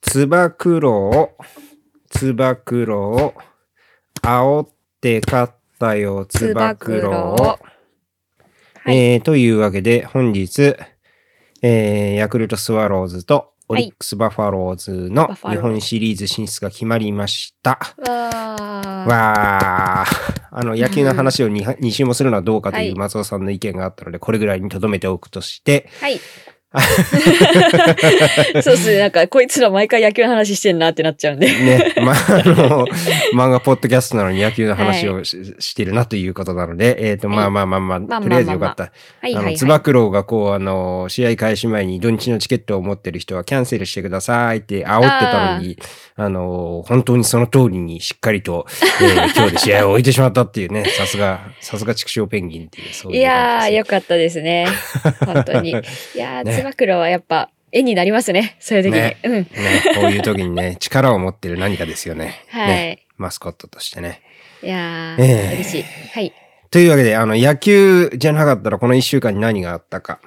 つば九郎、つば九郎、煽って勝ったよ、つば九郎。はいえーというわけで、本日、えーヤクルトスワローズとオリックスバファローズのバファロー日本シリーズ進出が決まりました。わー。わー。 あの、野球の話を 2, 二週もするのはどうかといはうい松尾さんの意見があったので、これぐらいに留めておくとして、 はい。そうっすね。なんか、こいつら毎回野球の話してんなってなっちゃうんで。ね、ま、あの、漫画ポッドキャストなのに野球の話をし,、してるなということなので、えっ、と、まあまあまあまあ、まあまあまあとりあえずよかった。はいあはいはの、い。つば九郎がこう、あの、試合開始前に土日のチケットを持ってる人はキャンセルしてくださいって煽ってたのに、あの、本当にその通りにしっかりと、えー 今日で試合を終えてしまったっていうね、さすが、さすが畜生ペンギンっていう、そういう感じですね。いやー、よかったで すね。本当に。いやー、ねつば九郎はやっぱ、絵になりますね。そういう時に。ねう ん。ね、こういう時にね、力を持ってる何かですよね。はいねマスコットとしてね。いやー、ええ嬉しい。はい。というわけで、あの、野球じゃなかったらこの一週間に何があったか。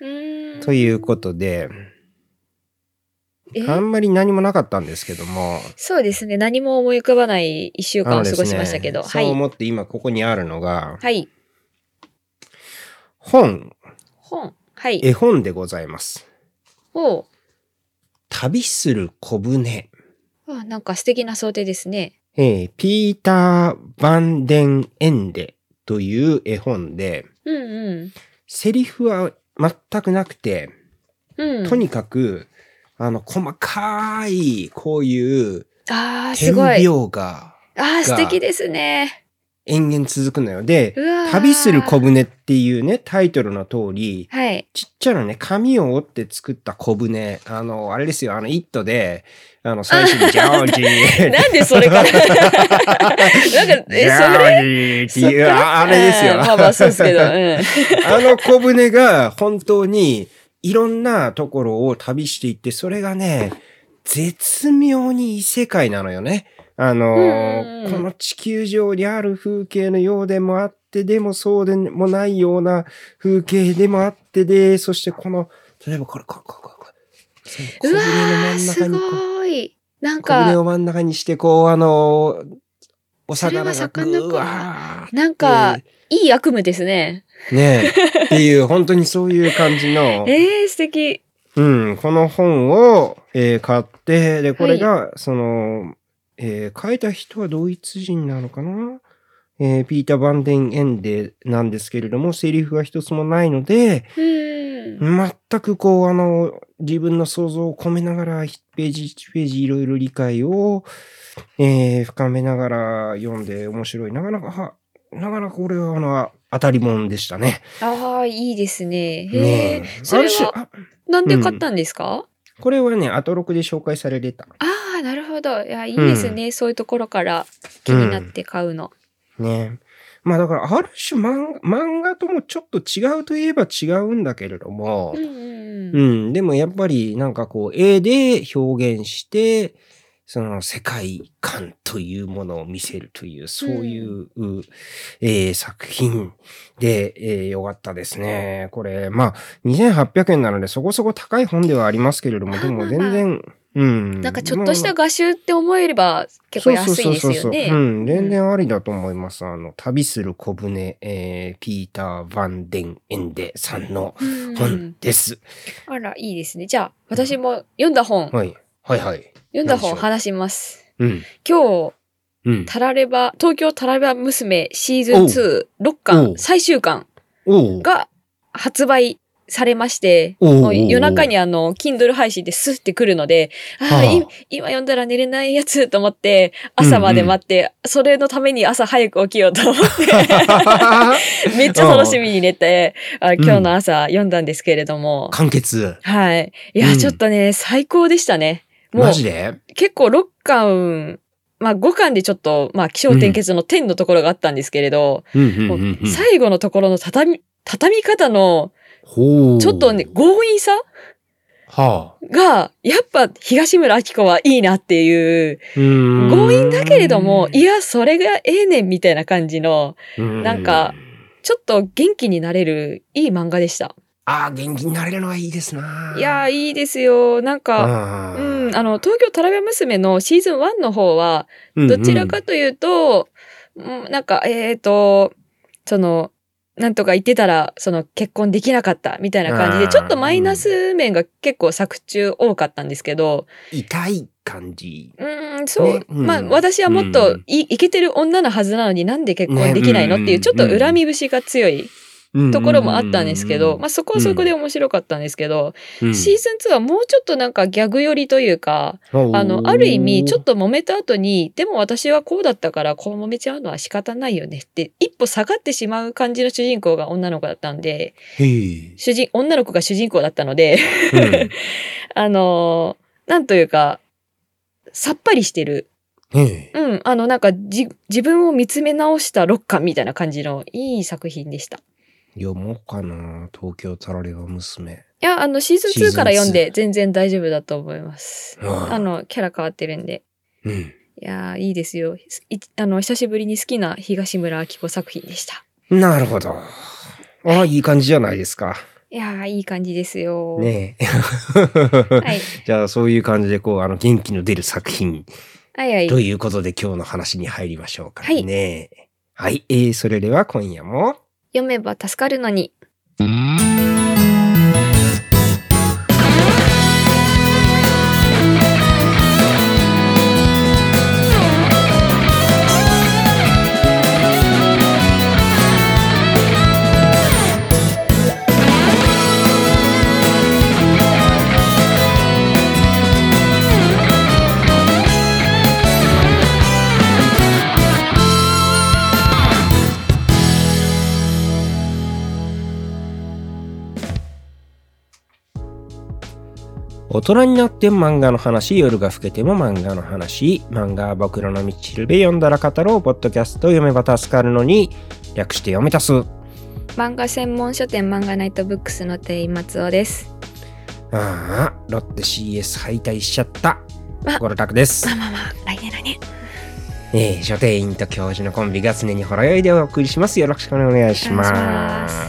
うーん。ということで、えあんまり何もなかったんですけども。そうですね。何も思い浮かばない一週間をあので過すごしましたけね、ど。はそうい。思って今ここにあるのが、はい。本、本。はい。絵本でございます。ほ旅する小舟。う。あなんか素敵な想定ですね。えーピーター・バンデン・エンデという絵本で、うんうセリフは全くなくて、ん。うん。とにかく、あの、細かい、こういう、あー、す点ごい。あ描がー、素敵ですね。延々続くのよ。でう、わー旅する小舟っていうね、タイトルの通り、はい。ちっちゃなね、紙を折って作った小舟。あの、あれですよ、あの、イットで、あの、最初にジャ ージー。なんでそ れからなんか、ジえ、ャそれージーっていう、ああれですよ。うんまあまあ、そうですけど。うん。あの小舟が本当にいろんなところを旅していって、それがね、絶妙に異世界なのよね。あのーうんこの地球上にある風景のようでもあって、でもそうでもないような風景でもあってで、そしてこの、例えばこれ、これ、これ、これこれ、その小う舟の真わー、んす中にこう、ごい。なん小舟か、を真ん中にして、こう、あのーお魚がそれは魚かぐわーってなんか、いい悪夢ですね。ねえ。っていう、本当にそういう感じの、 えー、素敵。うん、この本を、えー買って、で、これが、その、えー書いた人はドイツ人なのかなえーピーター・バンデン・エンデなんですけれども、セリフが一つもないので、うーん。全くこう、あの、自分の想像を込めながら、1ページ1ページいろいろ理解を、えー深めながら読んで面白い。なかなか、はなかなかこれは、あの、当たりもんでしたね。ああ、いいですね。へえね。それある種は、あなんで買ったんですか、これはね、アトロクで紹介されてた。ああ、なるほど。いや、いいですね、そういうところから気になって買うの。ね。まあだから、ある種漫画漫画ともちょっと違うといえば違うんだけれどもうん、うんう。うんん、でもやっぱりなんかこう、絵で表現して、その世界観というものを見せるという、そういう、うえー作品で、えーよかったですね。これ、まあ、2800円なのでそこそこ高い本ではありますけれども、でも全然、うん。なんかちょっとしまあた画集って思えれば結構安いですそうそようそうそううね。ん、全然ありだと思います。あの、旅する小舟、えー、ピーター・バンデン・エンデさんのうん本です。あら、いいですね。じゃあ、私も読んだ本、はい。はいはい。読んだ本何でしょう話します。うん。今日、うん。タラレバ、東京タラレバ娘シーズンお2、6う巻、最終巻おうが発売されまして、おうおうおうもう夜中にあの、Kindle 配信でスッてくるので、あはああ、い今読んだら寝れないやつと思って、朝まで待って、それのために朝早く起きようと思 って、めっちゃ楽しみに寝て、あ今日の朝読んだんですけれども、完結。はい。いうや、んちょっとね、最高でしたね。もうマ、ジで結構6巻、まあ5巻でちょっと、まあ、気象転結の点のところがあったんですけれど、うんうんうんうん。最後のところの畳み、畳み方の、ほうちょっとね、強引さはあ。が、やっぱ東村明子はいいなっていう、強強引だけれども、いや、それがええねんみたいな感じの、ななんか、ちょっと元気になれるいい漫画でした。ああ、元気になれるのはいいですな。いやー、いいですよ。なんか、あうーん、うん、あの、東京トラベ娘のシーズン1の方は、うんどちらかというと、うんなんか、えっ、と、その、なんとか言ってたら、その結婚できなかったみたいな感じあで、ーちょっとマイナス面が結構作中多かったんですけど、痛い感じ。うーん、そう、ねうんまあ私はもっうとんい、いけてる女のはずなのになんで結婚できないのっねていう、ちょっと恨み節が強いところもあったんですけど、ままあそこはそこで面白かったんですけど、うんシーズン2はもうちょっとなんかギャグ寄りというか、あの、ある意味、ちょっと、と揉めた後に、でも私はこうだったから、こう揉めちゃうのは仕方ないよねって、一歩下がってしまう感じの主人公が女の子だったんで、へえ主人、女の子が主人公だったので、 あのーなんというか、さっぱりしてる。うんへえうん、あの、なんか、じ、自分を見つめ直したロッカーみたいな感じのいい作品でした。読もうかな、東京タラレバ娘。いや、あの、シーズシーズンン2から読んツで全然大丈夫だと思います。ああの、キャラ変わってるんで。うん。いやー、いいですよ。いあの、久しぶりに好きな東村明子作品でした。なるほど。ああ、いい感じじゃないですか。いやー、いい感じですよ。ねえ。はい。 じゃあ、そういう感じで、こう、あの、元気の出る作品はいはい。ということで、今日の話に入りましょうかはいね。はい。えーそれでは今夜も。読めば助かるのに。大人になって漫画の話、夜が更けても漫画の話、漫画は僕らの道しるべ、読んだら語ろう、ポッドキャスト、読めば助かるのに、略して読めたす。あ漫画専門書店漫画ナイトブックスの店員松尾です。あ、ロッテ CS 敗退しちゃったま。ゴルタクですまあ。まあまあ、来年来年。えー、書店員と教授のコンビが常にほろ酔いでお送りします。よろしくお願いします。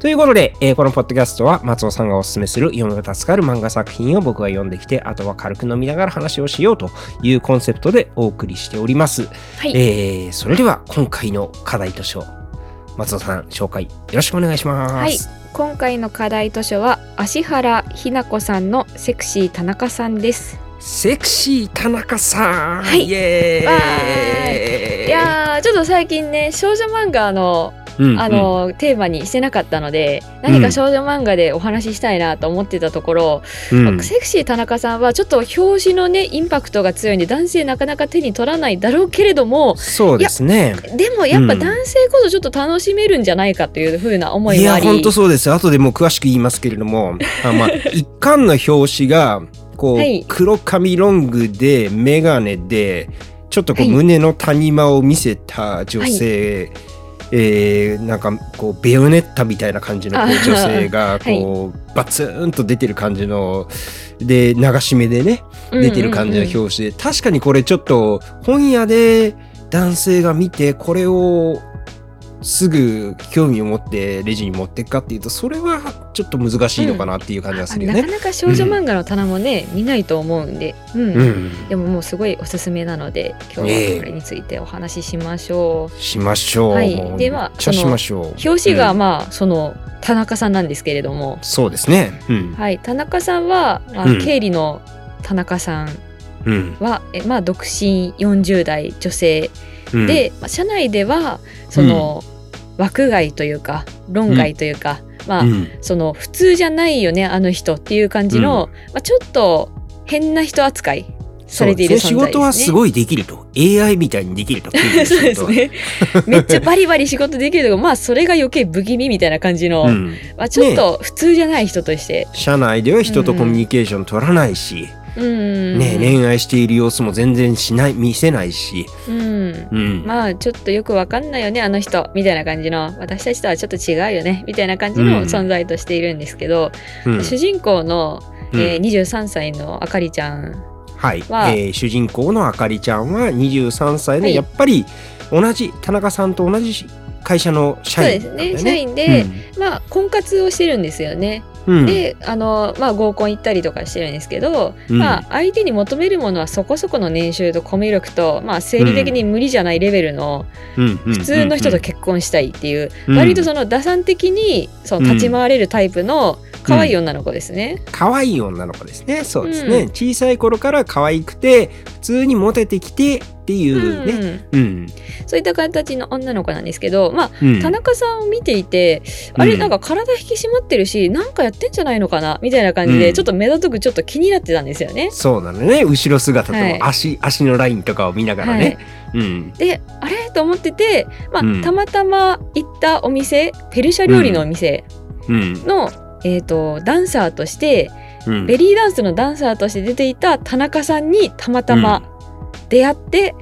ということで、えーこのポッドキャストは松尾さんがおすすめする読むと助かる漫画作品を僕が読んできて、あとは軽く飲みながら話をしようというコンセプトでお送りしております。はい。えーそれでは今回の課題図書、松尾さん紹介よろしくお願いします。はい今回の課題図書は、芦原ひな子さんのセクシー田中さんです。セクシー田中さん、はいイエわーイいやー、ちょっと最近ね、少女漫画の、うんあの、テーマにしてなかったので、何か少女漫画でお話ししたいなと思ってたところ、うんうんセクシー田中さんはちょっと表紙のねインパクトが強いんで男性なかなか手に取らないだろうけれどもそうですね。でもやっぱうん男性こそちょっと楽しめるんじゃないかというふうな思いいもあや、り、本当そうです。後でもう詳しく言いますけれど も、あまあ、一巻の表紙が、こう、はい黒髪ロングで、メガネで、ちょっとこう、はい胸の谷間を見せた女性、えーなんかこうベヨネッタみたいな感じのこうあー女性 がこう、バツーンと出てる感じので流し目でね出てる感じのうんうんうん表紙で、確かにこれちょっと本屋で男性が見てこれをすぐ興味を持ってレジに持っていくかっていうとそれはちょっと難しいのかなっていう感じがするよなかね。なか少女漫画の棚もね、見ないと思うんで、うんうん、でももうすごいおすすめなので今日ええはこれについてお話ししましょう。しましょう。はいもうではめっちゃしましょう。表紙がうんまあその田中さんなんですけれども、そうですね。うん、はい、田中さんは、まあうん経理の田中さんうん、は、えまあ、独身40代女性うん、で、まあ、社内ではその、枠外というか論外というか、まあ、うん、その普通じゃないよねあの人っていう感じの、まあ、ちょっと変な人扱いされている存在です、ねそうですね仕事はすごいできると AI みたいにできると。 そうです。ねめっちゃバリバリ仕事できる とかまあそれが余計不気味みたいな感じの、うん、まあ、ちょっと普通じゃない人として、社内では人とコミュニケーション取らないし、うんね、恋愛している様子も全然しない見せないし、うんうんまあちょっとよくわかんないよねあの人みたいな感じの私たちとはちょっと違うよねみたいな感じうんの存在としているんですけど、うん主人公の、うんえー、23歳のあかりちゃんはい、えはー主人公のあかりちゃんは23歳の、はいやっぱり同じ田中さんと同じ会社のそ社うで員すなんだねよ社ね。員で、まあ婚活をしてるんですよねうん、であの、まあ、合コン行ったりとかしてるんですけど、うんまあ、相手に求めるものはそこそこの年収とコミュ力と、まあ、生理的に無理じゃないレベルの普普通の人と結婚したいっていう、うん割とその打算的にその立ち回れるタイプの可愛い女の子ですね。可愛い女の子ですね。そうですね。うん小さい頃から可愛くて、普通にモテてきてっていうね。うんうん。そういった形の女の子なんですけど、まあ、うん田中さんを見ていて、あうれんなんか体引き締まってるしなんかやってんじゃないのかなみたいな感じで、うんちょっと目立とくちょっと気になってたんですよね。そうなのね。後ろ姿とはいも足、足のラインとかを見ながらね。うん。であれと思ってて、まあうんたまたま行ったお店ペルシャ料理のお店うん。の、えー、とダンサーとしてうんベリーダンスのダンサーとして出ていた田中さんにたまたま出会って、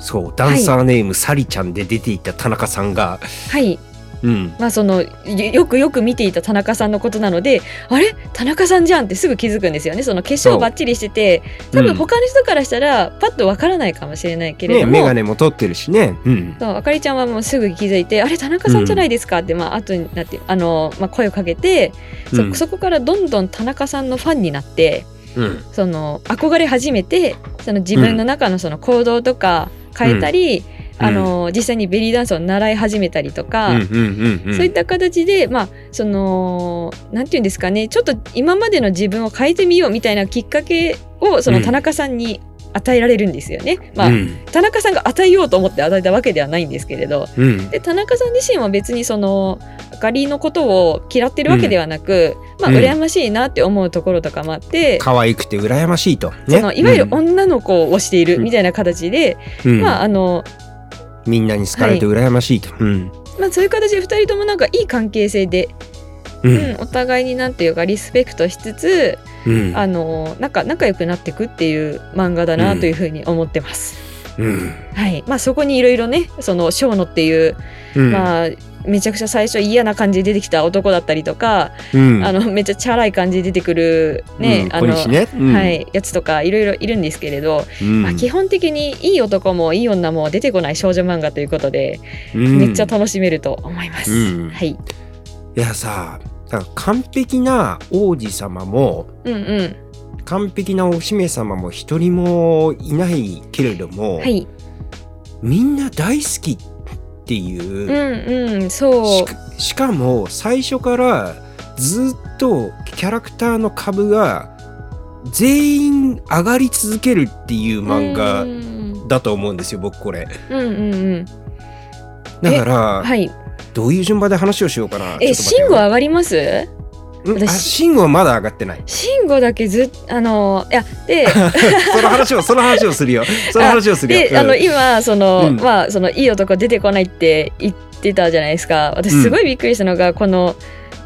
そう、ダンサーネーム、サリちゃんで出ていた田中さんが、はいうん。まあそのよよくよく見ていた田中さんのことなのであれ田中さんじゃんってすぐ気づくんですよねその化そう粧ばっちりしてて多分他の人からしたらパッとわからないかもしれないけれね、ども、メガネも取ってるしね。うん。そうあかりちゃんはもうすぐ気づいて「あれ田中さんじゃないですか」って、まあ後になってあの、まあ、声をかけて、そうんそこからどんどん田中さんのファンになってうん。その憧れ始めてその自分の中のその行動とか変えたうり、んあの実際にベリーダンスを習い始めたりとか。うんうんうんうん。そういった形で、まあ、その、なんて言うんですかね、ちょっと今までの自分を変えてみようみたいなきっかけを、その田中さんに与えられるんですよね。まあ、うん田中さんが与えようと思って与えたわけではないんですけれど。うん。で、田中さん自身は別にその、あかりのことを嫌ってるわけではなく、まあ、うん羨ましいなって思うところとかもあって、可愛くて羨ましいと。ね。そのいわゆるうん女の子をしているみたいな形で、うんまああのみんなに好かれて羨ましいと。うん。まあ、そういう形で2人ともなんかいい関係性でう。うんん、お互いになんていうかリスペクトしつつ、うん。あのなんか仲良くなっていくっていう漫画だなというふうに思ってます。うん。はい、まあそこにいろいろね、そのショーノっていう、うんまあめちゃくちゃ最初嫌な感じで出てきた男だったりとか、うんあのめっちゃチャラい感じで出てくるね、うんあ小の、西ね。うんはいやつとかいろいろいるんですけれど、うんまあ基本的にいい男もいい女も出てこない少女漫画ということで、うんめっちゃ楽しめると思います。うんはい、いやさ、なんか完璧な王子様も、うんう完璧なお姫様も一人もいないけれども、ん、はい、みんな大好きっていう、うんうん、そうし。かしかも最初からずっとキャラクターの株が全員上がり続けるっていう漫う画んだと思うんですよ、僕これ。うんうんだから、はいどういう順番で話をしようかな。えちシょンっとゴ待上がりますってようんあ私シンゴはまだ上がってない。シンゴだけずっあのいや でその話を、その話をするよ。その話をするよ。であの今その、うんまあそのいい男出てこないって言ってたじゃないですか私うんすごいびっくりしたのが、この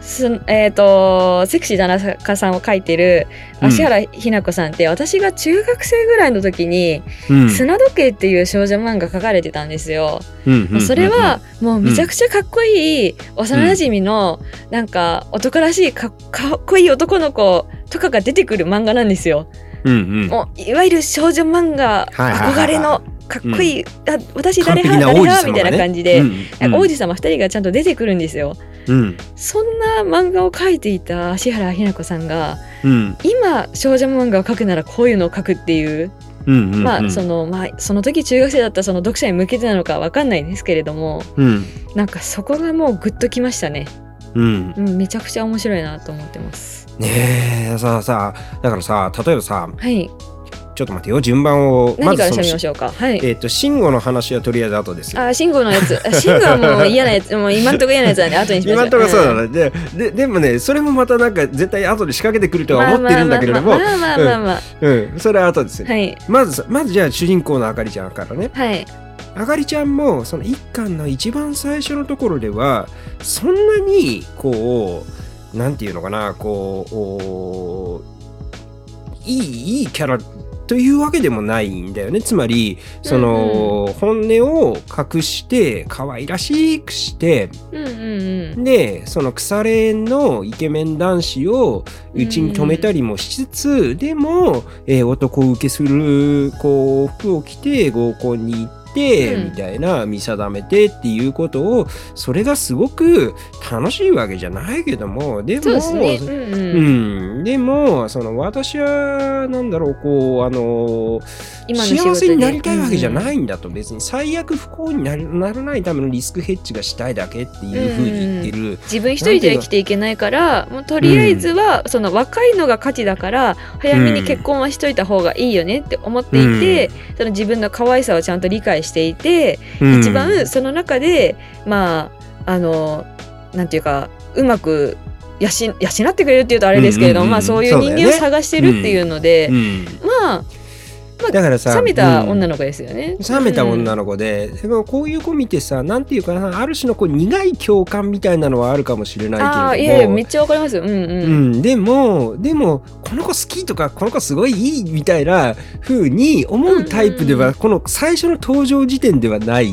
すえっ、とセクシー田中さんを描いてるうん芦原ひな子さんって、私が中学生ぐらいの時にうん「砂時計」っていう少女漫画書かれてたんですよ。うんうんそれはもうめちゃくちゃかっこいい幼なじみのなんか男らしいかかっこいい男の子とかが出てくる漫画なんですよ。うんうんもういわゆる少女漫画はいはいはい憧れのかっこいい、あ私誰完璧な派誰王子派様みがねたいな感じで、うん王子様2人がちゃんと出てくるんですよ。うんそんな漫画を描いていた芦原ひな子さんがうん今少女漫画を描くならこういうのを描くっていう、うんうんまあそのまあその時中学生だったその読者に向けてなのかわかんないですけれども。うんなんかそこがもうグッときましたね。うんうん、めちゃくちゃ面白いなと思ってます。ねえさあさあだからさ例えばさはい、ちょっと待ってよ順番を何から喋りまそしょうか。はい。えっと慎吾の話はとりあえず後ですよあ、慎吾のやつ。あ慎吾はもう嫌なや つ、もう今んとこ嫌なやつなんで後にしましょ今う。んとこそうだねでででもねそれもまたなんか絶対後で仕掛けてくるとは思ってるんだけれどもまあまあまあまあまあまあまうんそれは後ですあ。はい。まずさまずじゃあ主人公のあかりちゃんからねはい。あかりちゃんもその一巻の一番最初のところではそんなにこうなんていうのかなこうおーいいいいキャラというわけでもないんだよねつまりその、本音を隠して可愛らしくしてうんうんでその腐れ縁のイケメン男子をうちに止めたりもしつつ、でも、えー男を受けするこう服を着て合コンに行っって、うんみたいな見定めてっていうことをそれがすごく楽しいわけじゃないけどもでもそうですね。うんうんうん、でもその私はなんだろうこうあの今の仕事で幸せになりたいわけじゃないんだと、別に最悪不幸になりならないためのリスクヘッジがしたいだけっていうふうに言ってる、自分一人では生きていけないからもうとりあえずは、その若いのが価値だから早めに結婚はしといた方がいいよねって思っていて、その自分の可愛さをちゃんと理解していて、うん一番その中でまああのなんていうかうまく養養ってくれるっていうとあれですけれども、うんうんうんまあ、そういうそうだ人よね間を探してるっていうのでう、んまあだからさ冷めたうん女の子ですよね。冷めた女の子で、でもこういう子見てさなんていうかなある種のこう苦い共感みたいなのはあるかもしれあなあいいけやいれやどもめっちゃわかりますよ。うんうん。うん、でもでもこの子好きとかこの子すごいいいみたいな風に思うタイプでは、うんうこの最初の登場時点ではない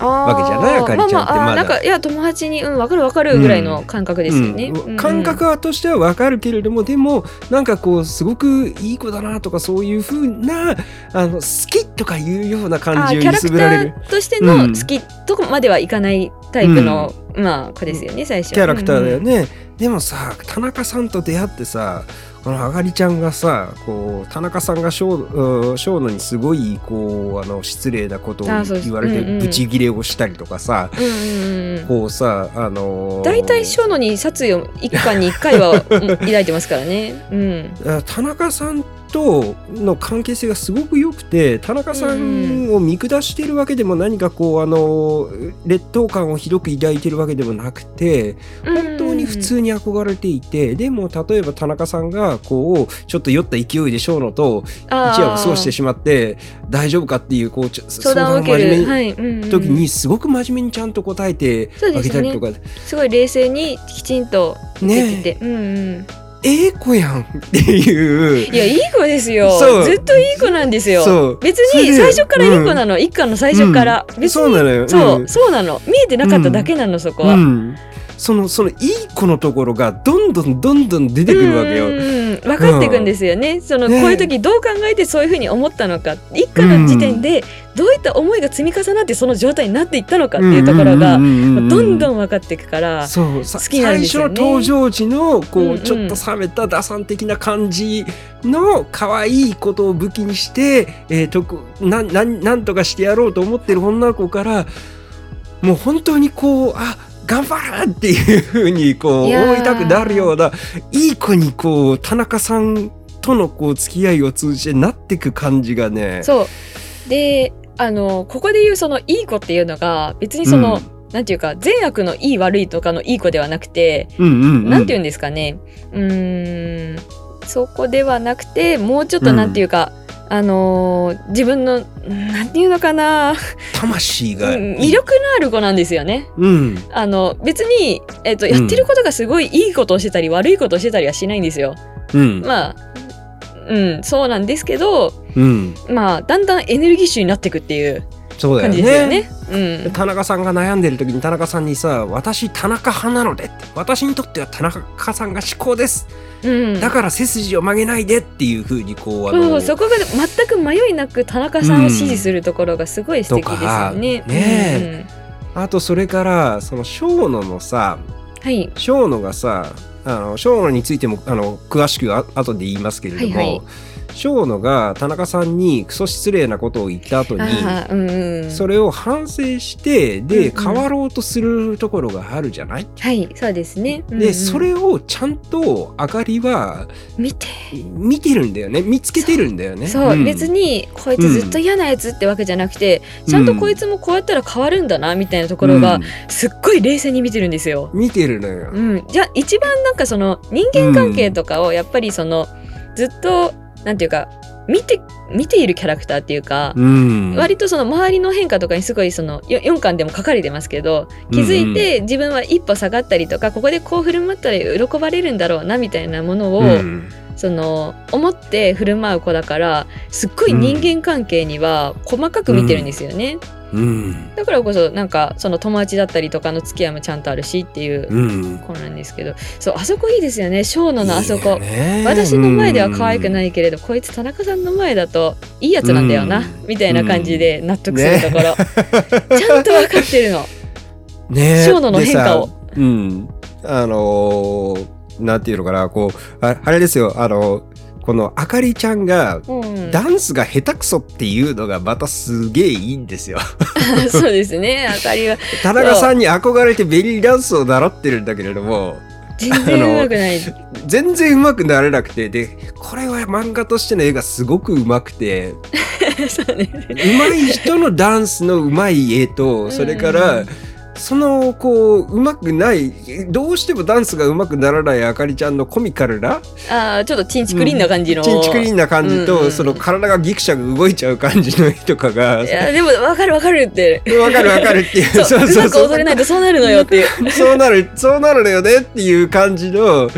わけじゃないあかりちゃんってまあまあ、あーまだなんかいや友達に「うんわかるわかる」ぐらいの感覚ですよね。うんうんうん感覚はとしてはわかるけれどもでもなんかこうすごくいい子だなとかそういう風なあの好きとかいうようなあ感ーじをキャ揺ラクすタぶられるーとしてうのん好きとこまではいかないタイプの、まあ子ですよね最初キャラクターだよね、ね。でもさ田中さんと出会ってさこのあがりちゃんがさこう田中さんがショーうんショーノにすごいこうあの失礼なことをあそうです言われてうんうんブチギレをしたりとかさ、うんうんうんこうさあのー大体小野に殺意を一巻に一 回はうん抱いてますからね。うん、あ田中さんとの関係性がすごく良くて田中さんを見下してるわけでも何かこうあの劣等感をひどく抱いてるわけでもなくて本当に普通に憧れていてでも例えば田中さんがこうちょっと酔った勢いで小野と一一夜を過ごしてしまって大丈夫かっていうこうちょ相談を受真け面目る、にはいうんうん時にすごく真面目にちゃんと答えてそうあでげすたりねとかすごい冷静にきちんとできねて、うんうん、えええ子やんっていういやいい子ですよそうずっといい子なんですよそう別それにで最初からいい子なの、一家の最初から、うん別そにうなのよそう,、うんそうなの見えてなかっただけなの、そこは、うん、そのそのいい子のところがどんどんどんどん出てくるわけうんよ。うんうん分かっていくんですよね、そのこねういう時どう考えてそういうふうに思ったのか一家の時点でどういった思いが積み重なってその状態になっていったのかっていうところが、んうんうんうんどんどん分かっていくからそうさ好きなんですよね最初の登場時のこう、うんうんちょっと冷めた打算的な感じの可愛いことを武器にして、えー、とくなんなんなんとかしてやろうと思ってる女の子からもう本当にこうあ頑張るっていうふうにこういやー思いたくなるようないい子にこう田中さんとのこう付き合いを通じてなってく感じがね。そうであのここで言うそのいい子っていうのが別にその、なんていうか善悪のいい悪いとかのいい子ではなくて、うんうんうん、なんて言うんですかねうーんそこではなくてもうちょっとなんていうか、あのー自分のなんていうのかな、魂がうん魅力のある子なんですよね。うんあの別に、えっとうんやってることがすごいいいことをしてたり悪いことをしてたりはしないんですよ。うん、まあうんそうなんですけどうん、まあだんだんエネルギッシュになっていくっていうそうだ感よじねですよね。うん田中さんが悩んでる時に田中さんにさ「私田中派なので」って「私にとっては田中さんが至高ですうんだから背筋を曲げないで」っていうふうにこうあそうそのうそこが全く迷いなく田中さんを支持するところがすごい素敵ですよね。とかねあとそれからその生野のさうんはい。生野がさあの生野についてもあの詳しくあ後で言いますけれども、はいはい生野が田中さんにクソ失礼なことを言った後にああうんうん、それを反省してうんうでん変わろうとするところがあるじゃない、はいそうですね。うんうんでそれをちゃんとあかりは見て、見てるんだよね見つけてるんだよねそう、ん別にこいつずっと嫌なやつってわけじゃなくて、うんちゃんとこいつもこうやったら変わるんだなみたいなところが、うんすっごい冷静に見てるんですよ。見てるのよ、うん、じゃあ一番なんかその人間関係とかをやっぱりその、ずっとなんていうか見て見ているキャラクターっていうか、うん割とその周りの変化とかにすごいそのよ4巻でも書かれてますけど気づいて自分は一歩下がったりとかここでこう振る舞ったら喜ばれるんだろうなみたいなものを、うんその思って振る舞う子だからすっごい人間関係には細かく見てるんですよね、うん。だからこそなんかその友達だったりとかの付き合いもちゃんとあるしっていううん。子なんですけどそうあそこいいですよね小野のあそこいいね。私の前では可愛くないいけれど、こいつ田中さんの前だといいやつなんだよな、うんみたいな感じで納得するところ、 ちゃんと分かってるのね生野の変化をでさうん。あのー、なんていうのかな、こう、ああれですよ、あのこのあかりちゃんが、うんダンスが下手くそっていうのがまたすげえいいんですよ。 そうですねあかりは田中さんに憧れてベリーダンスを習ってるんだけれども、全然うまくない全然うまくなれなくて、で、これは漫画としての絵がすごくうまくて、 そうねうまい人のダンスのうまい絵うとんそれからそのこううまくないどうしてもダンスがうまくならないあかりちゃんのコミカルなああちょっとチンチクリンな感じの、チンチクリンな感じうんうんうとんその体がギクシャグ動いちゃう感じの絵とかがいやでも分かる分かる ってわかるわかるっていう そうそうそうまく踊れないとそうなるのよっていうそうなるそうなるのよねっていう感じの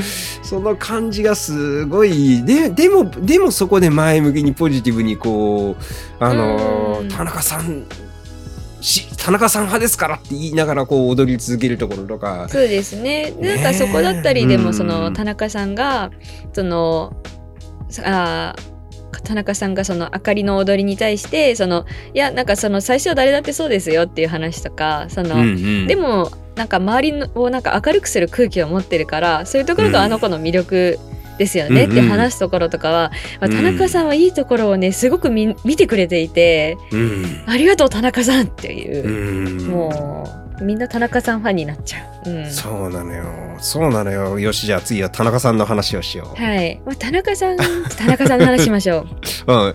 その感じがすごいででもでもそこで前向きにポジティブにこうあのうん田中さんし田中さん派ですからって言いながらこう踊り続けるところとか そうですね。なんねかえそこだったりでうもんその田中さんがそのさあー田中さんがその明かりの踊りに対してそのいやなんかその最初は誰だってそうですよっていう話とかその、でももなんか周りのをなんか明るくする空気を持ってるからそういうところがあの子の魅力ですよねうんって話すところとかは、まあ田中さんはいいところをねすごく見見てくれていてうんありがとう田中さんっていうう、んもうみんな田中さんファンになっちゃう。うんそうなのよそうなのよよしじゃあ次は田中さんの話をしよはい。まあ、田中さん、田中さんの話しま しょう。う、うん、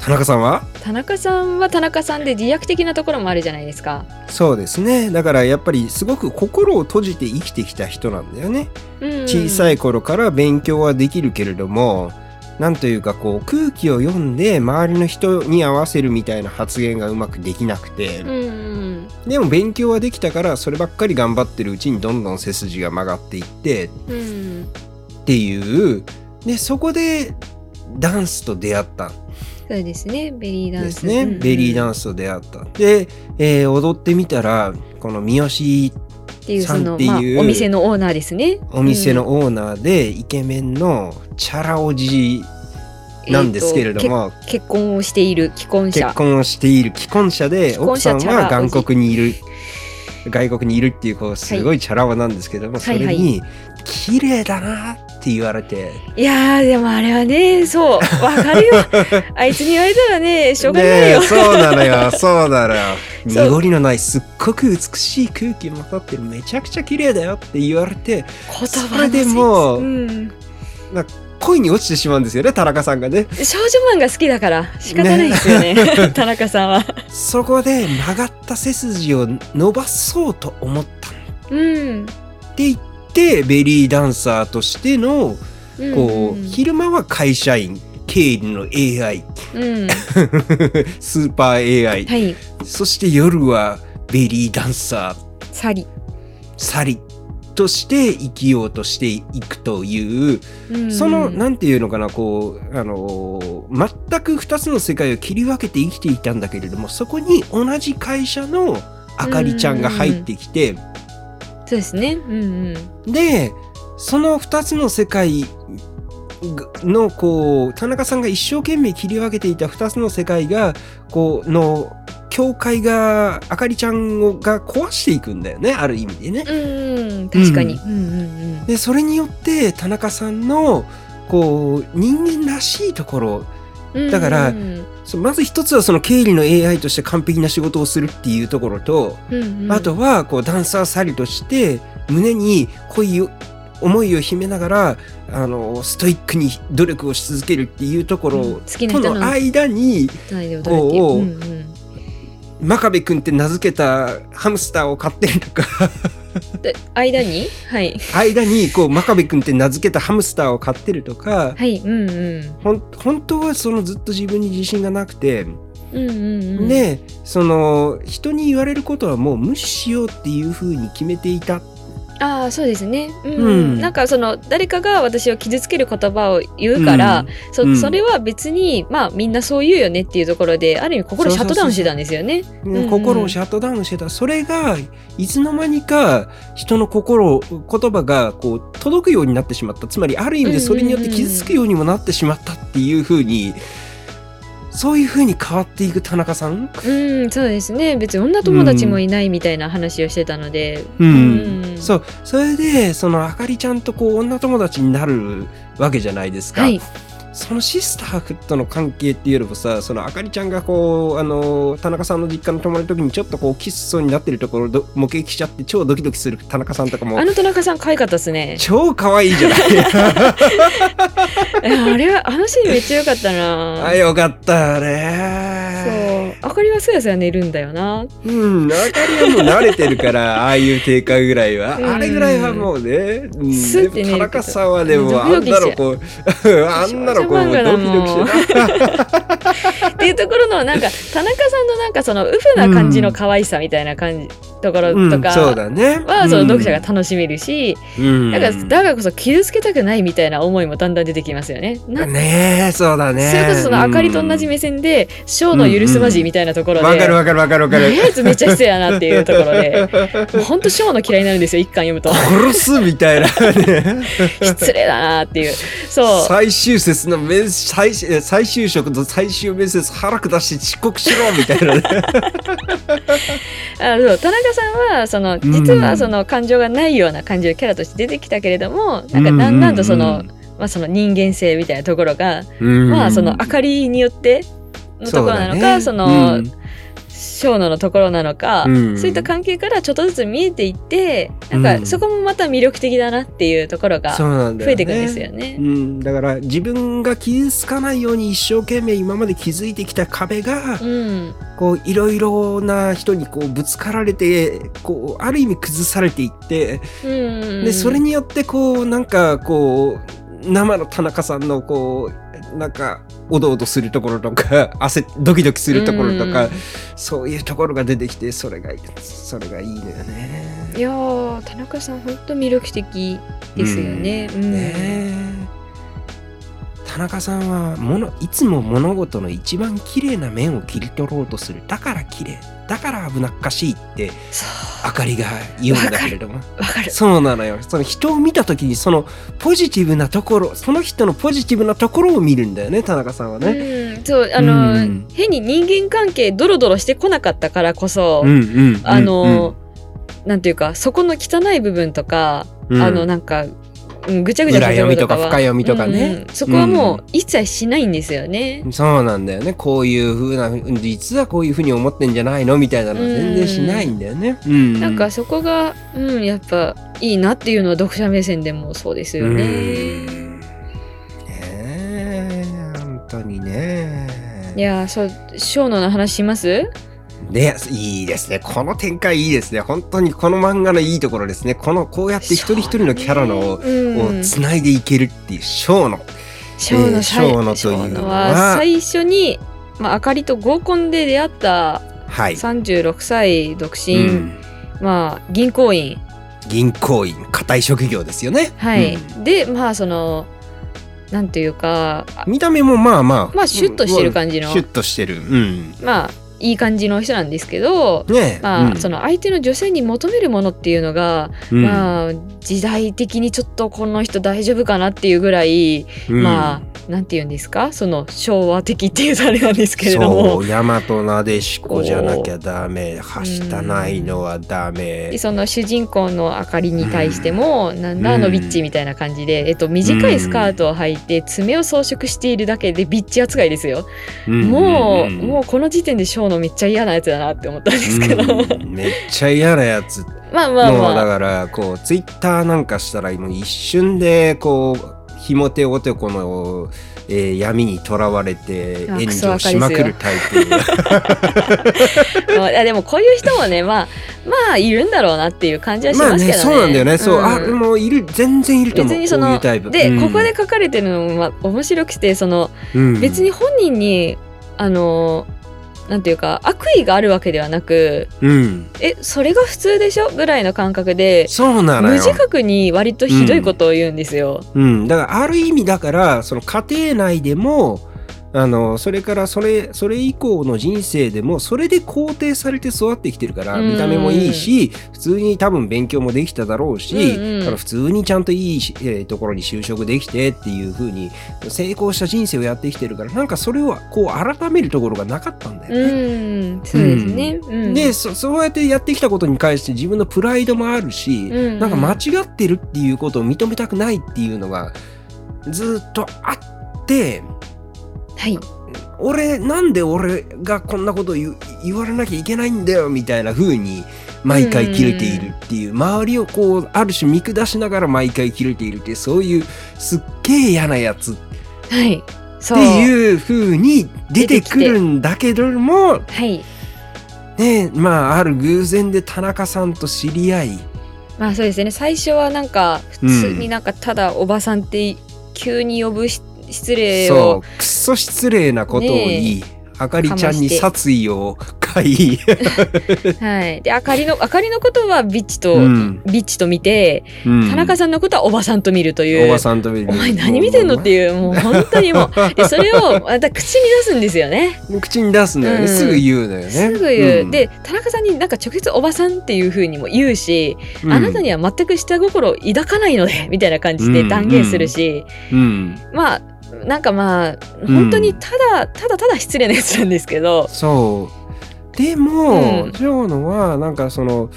田中さんは田中さんは田中さんで自虐的なところもあるじゃないですか。そうですねだからやっぱりすごく心を閉じて生きてきた人なんだよねうん、小さい。い頃から勉強はできるけれどもなんというかこう空気を読んで周りの人に合わせるみたいな発言がうまくできなくてうんうん。でも勉強はできたからそればっかり頑張ってるうちにどんどん背筋が曲がっていってっうん。ていうでそこでダンスと出会ったんそうですね。ベリーダンス。ですね、ベリーダンス。スと出会ったで、えー踊ってみたらこの三好っていう、そさんっの、ていうまあ、お店のオーナーですね。お店のオーナーでイケメンのチャラおじなんですけれどえーと。も、け結婚をしている既婚者結。婚をしている既婚者で既奥婚者さんチャラは男韓国にいる外国にいるっていうこうすごいチャラ男なんですけども、それはいに「綺麗だな」って言われていやー、でもあれはね、そう、わか るよ。あいつに言われたらね、しょうがないねよえ。そうなの よそうなのよそう濁りのないすっごく美しい空気も立ってるめちゃくちゃ綺麗だよって言われて言葉そのれでもセンスうん。恋に落ちてしまうんですよね田中さんがね。少女漫画好きだから仕方ないですよね 田中さんは。そこで曲がった背筋を伸ばそうと思ったうん、って言ってベリーダンサーとしてのうんこう昼間は会社員経理の AI うん、は スーパー AI いそして夜はベリーダンサーサリ、サリとして生きようとしていくといううんそのなんていうのかなこうあのー全く2つの世界を切り分けて生きていたんだけれどもそこに同じ会社のあかりちゃんが入ってきてそうですね、うんうん、でその2つの世界のこう田中さんが一生懸命切り分けていた2つの世界がこうの境界があかりちゃんをが壊していくんだよねある意味でね。うんうん、確かに、うんうんうん、でそれによって田中さんのこう人間らしいところだからうんそうまず一つはその経理の AI として完璧な仕事をするっていうところと、うんうん、あとはこうダンサーサリとして胸に恋を思いを秘めながらあのストイックに努力をし続けるっていうところうん好きなと人のの間に隣で踊るっていうこううんうん真壁君って名付けたハムスターを飼ってると かで間にはい間にこう真壁君って名付けたハムスターを飼ってるとかはいうんうんほん本当はそのずっと自分に自信がなくてうんうんうんでその人に言われることはもう無視しようっていうふうに決めていたああそうですね、うんうんなんかその誰かが私を傷つける言葉を言うから、そうんそれは別にまあみんなそう言うよねっていうところである意味心シャットダウンしてたんですよねね。うん心をシャットダウンしてたそれがいつの間にか人の心を言葉がこう届くようになってしまったつまりある意味でそれによって傷つくようにもなってしまったっていうふうにそういうふうに変わっていく田中さん、うんそうですね別に女友達もいないみたいな話をしてたので。うんそうそれでそのあかりちゃんとこう女友達になるわけじゃないですか。はい、そのシスターとの関係っていうよりもさそのあかりちゃんがこうあの田中さんの実家の泊まる時にちょっとこうキスそうになってるところをど目撃しちゃって超ドキドキする田中さんとかもあの田中さん可愛かったで すね超可愛い じゃないいやあれはあのシーンめっちゃ良かっ たなあよかったあそれうあかりはそやそや寝るんだよなうんあかりはもう慣れてるから ああいう定価ぐらいは、うんあれぐらいはもうね、うん、スッでて寝もるけ田中どさんはでもあドんキなドキしのちこうあんなのこう 少女漫画だドもんキドキしてたっていうところのなんか田中さんのなんかそのウフな感じの可愛さみたいな感じ、ところ うんとそうかだねはその読者がが、楽しめるし、うんだからだからこそ傷つけたくないみたいな思いもだんだん出てきますよね。なねえそうだそねれこそその明かりと同じ目線で「ショーの許すまじ」みたいなところで、わかるわかるわかるわかるねえやつめっちゃ失礼やなっていうところで もうほんとショーの嫌いになるんですよ一巻読むと殺すみたいなね失礼だなっていう そう最終節の面最終最終職と最終面接腹下して遅刻しろみたいなねあそう田中さんはそのん実はその感情がないような感じのキャラとして出てきたけれども、なんうかんだんだんとその,、うんまあ、その人間性みたいなところが、うんまあその明かりによってのところなのかそ,、うだの、ね小野のところなのか、うんそういった関係からちょっとずつ見えていってなんうんかそこもまた魅力的だなっていうところうがんそうなんだよね増えていくんですよね。うん、だから自分が傷つかないように一生懸命今まで築いてきた壁がうん、こういろいろな人にこうぶつかられてこうある意味崩されていってうん、でそれによってこうなんかこう生の田中さんのこうなんかおどおどするところとか汗ドキドキするところとか、うんそういうところが出てきてそれがいいそれがいいのよね。いやー田中さん本当魅力的ですよね。うんうんねえ田中さんはものいつも物事の一番綺麗な面を切り取ろうとするだから綺麗だから危なっかしいってそあかりが言うんだけれども うわかるそうなのよ。その人を見たときに、そのポジティブなところ、その人のポジティブなところを見るんだよね、田中さんはね。うん、そうあの、うん変に人間関係ドロドロしてこなかったからこそ、んうんあの、なんていうかそこの汚い部分とか、うんあのなんかうんぐちゃぐちゃした裏読みとかは深読みとかねうんうんそこはもう一切しないんですよね。そうなんだよね。こういうふうな、実はこういうふうに思ってんじゃないのみたいなのは全然しないんだよね。うん。なんかそこが、うん、やっぱいいなっていうのは読者目線でもそうですよね。うんねえ、本当にね。いやーそうショーノの話しますね、いいですね。この展開いいですね。本当にこの漫画のいいところですね。この、こうやって一人一人のキャラの、うんをつないでいけるっていうショーの、ショえーーのショーのというのはは最初に、まあ、あかりと合コンで出会ったはい、 36歳独身、うんまあ、銀行員、銀行員固い職業ですよね、はいうんでまあそのなんていうかあ見た目もまあまあまあシュッとしてる感じのシュッとしてるうんまあいい感じの人なんですけど。ねえまあうんその相手の女性に求めるものっていうのが、うんまあ、時代的にちょっとこの人大丈夫かなっていうぐらい、うんまあなんて言うんですかその昭和的っていうとあれなんですけれどもそう大和なでしこじゃなきゃダメはしたないのはダメでその主人公のあかりに対しても、なんだあのビッチみたいな感じで、えっと、短いスカートを履いて爪を装飾しているだけでビッチ扱いですよ、もう、もうこの時点でショーのめっちゃ嫌なやつだなって思ったんですけど、うんめっちゃ嫌なやつ まあまあもうだまあからこうツイッターなんかしたらもう一瞬でこうひも手男の、えー闇にとらわれてあ炎上しまくるタイプま あいやでもこういう人もねまあまあいるんだろうなっていう感じはしまあますけどね,、ねそうなんだよねそう、あもういる全然いると思う別にそのこういうタイプで、うんここで書かれてるのもまあ面白くてそのうん別に本人にあのなんていうか悪意があるわけではなくうん。えそれが普通でしょぐらいの感覚でそうなの無よ。自覚に割とひどいことを言うんですよ。うん。だから、ある意味だから、その家庭内でも、あの、それから、それ、それ以降の人生でも、それで肯定されて育ってきてるから、うん見た目もいいし、普通に多分勉強もできただろうし、うんうんだから普通にちゃんといいし、えーところに就職できてっていう風に、成功した人生をやってきてるから、なんかそれをこう改めるところがなかったんだようね。ん、そうですね。うん、でそそうやってやってきたことに関して自分のプライドもあるし、うんなんか間違ってるっていうことを認めたくないっていうのがずっとあってはい。俺なんで俺がこんなこと言う言われなきゃいけないんだよみたいな風に毎回切れているっていう、周りをこうある種見下しながら毎回切れているっていうそういうすっげえ嫌なやつっはい。そてう。いう風に出てくるんだけどもはい。ねまあある偶然で田中さんと知り合いまあそうですね。最初はなんか普通になんかただおばさんって急に呼ぶし失礼そをうくっそ失礼なことを言い、あかりちゃんにかま殺意を買い、はい。であかりのあかりのことはビッチと、うんビッチと見て、田中さんのことはおばさんと見るといおう。ばさんと見るお前何見てんのっていうもう本当にもうでそれをまた口に出すんですよねう口に出すんだよね、うんすぐ言うのよねすぐ言う、んで田中さんになんか直接おばさんっていうふうにも言うし、うんあなたには全く下心を抱かないのでみたいな感じで断言するし、うんまあなんかまあん本当にただ、ただただ失礼なやつなんですけど、そうでも、うんジョーノはなんかその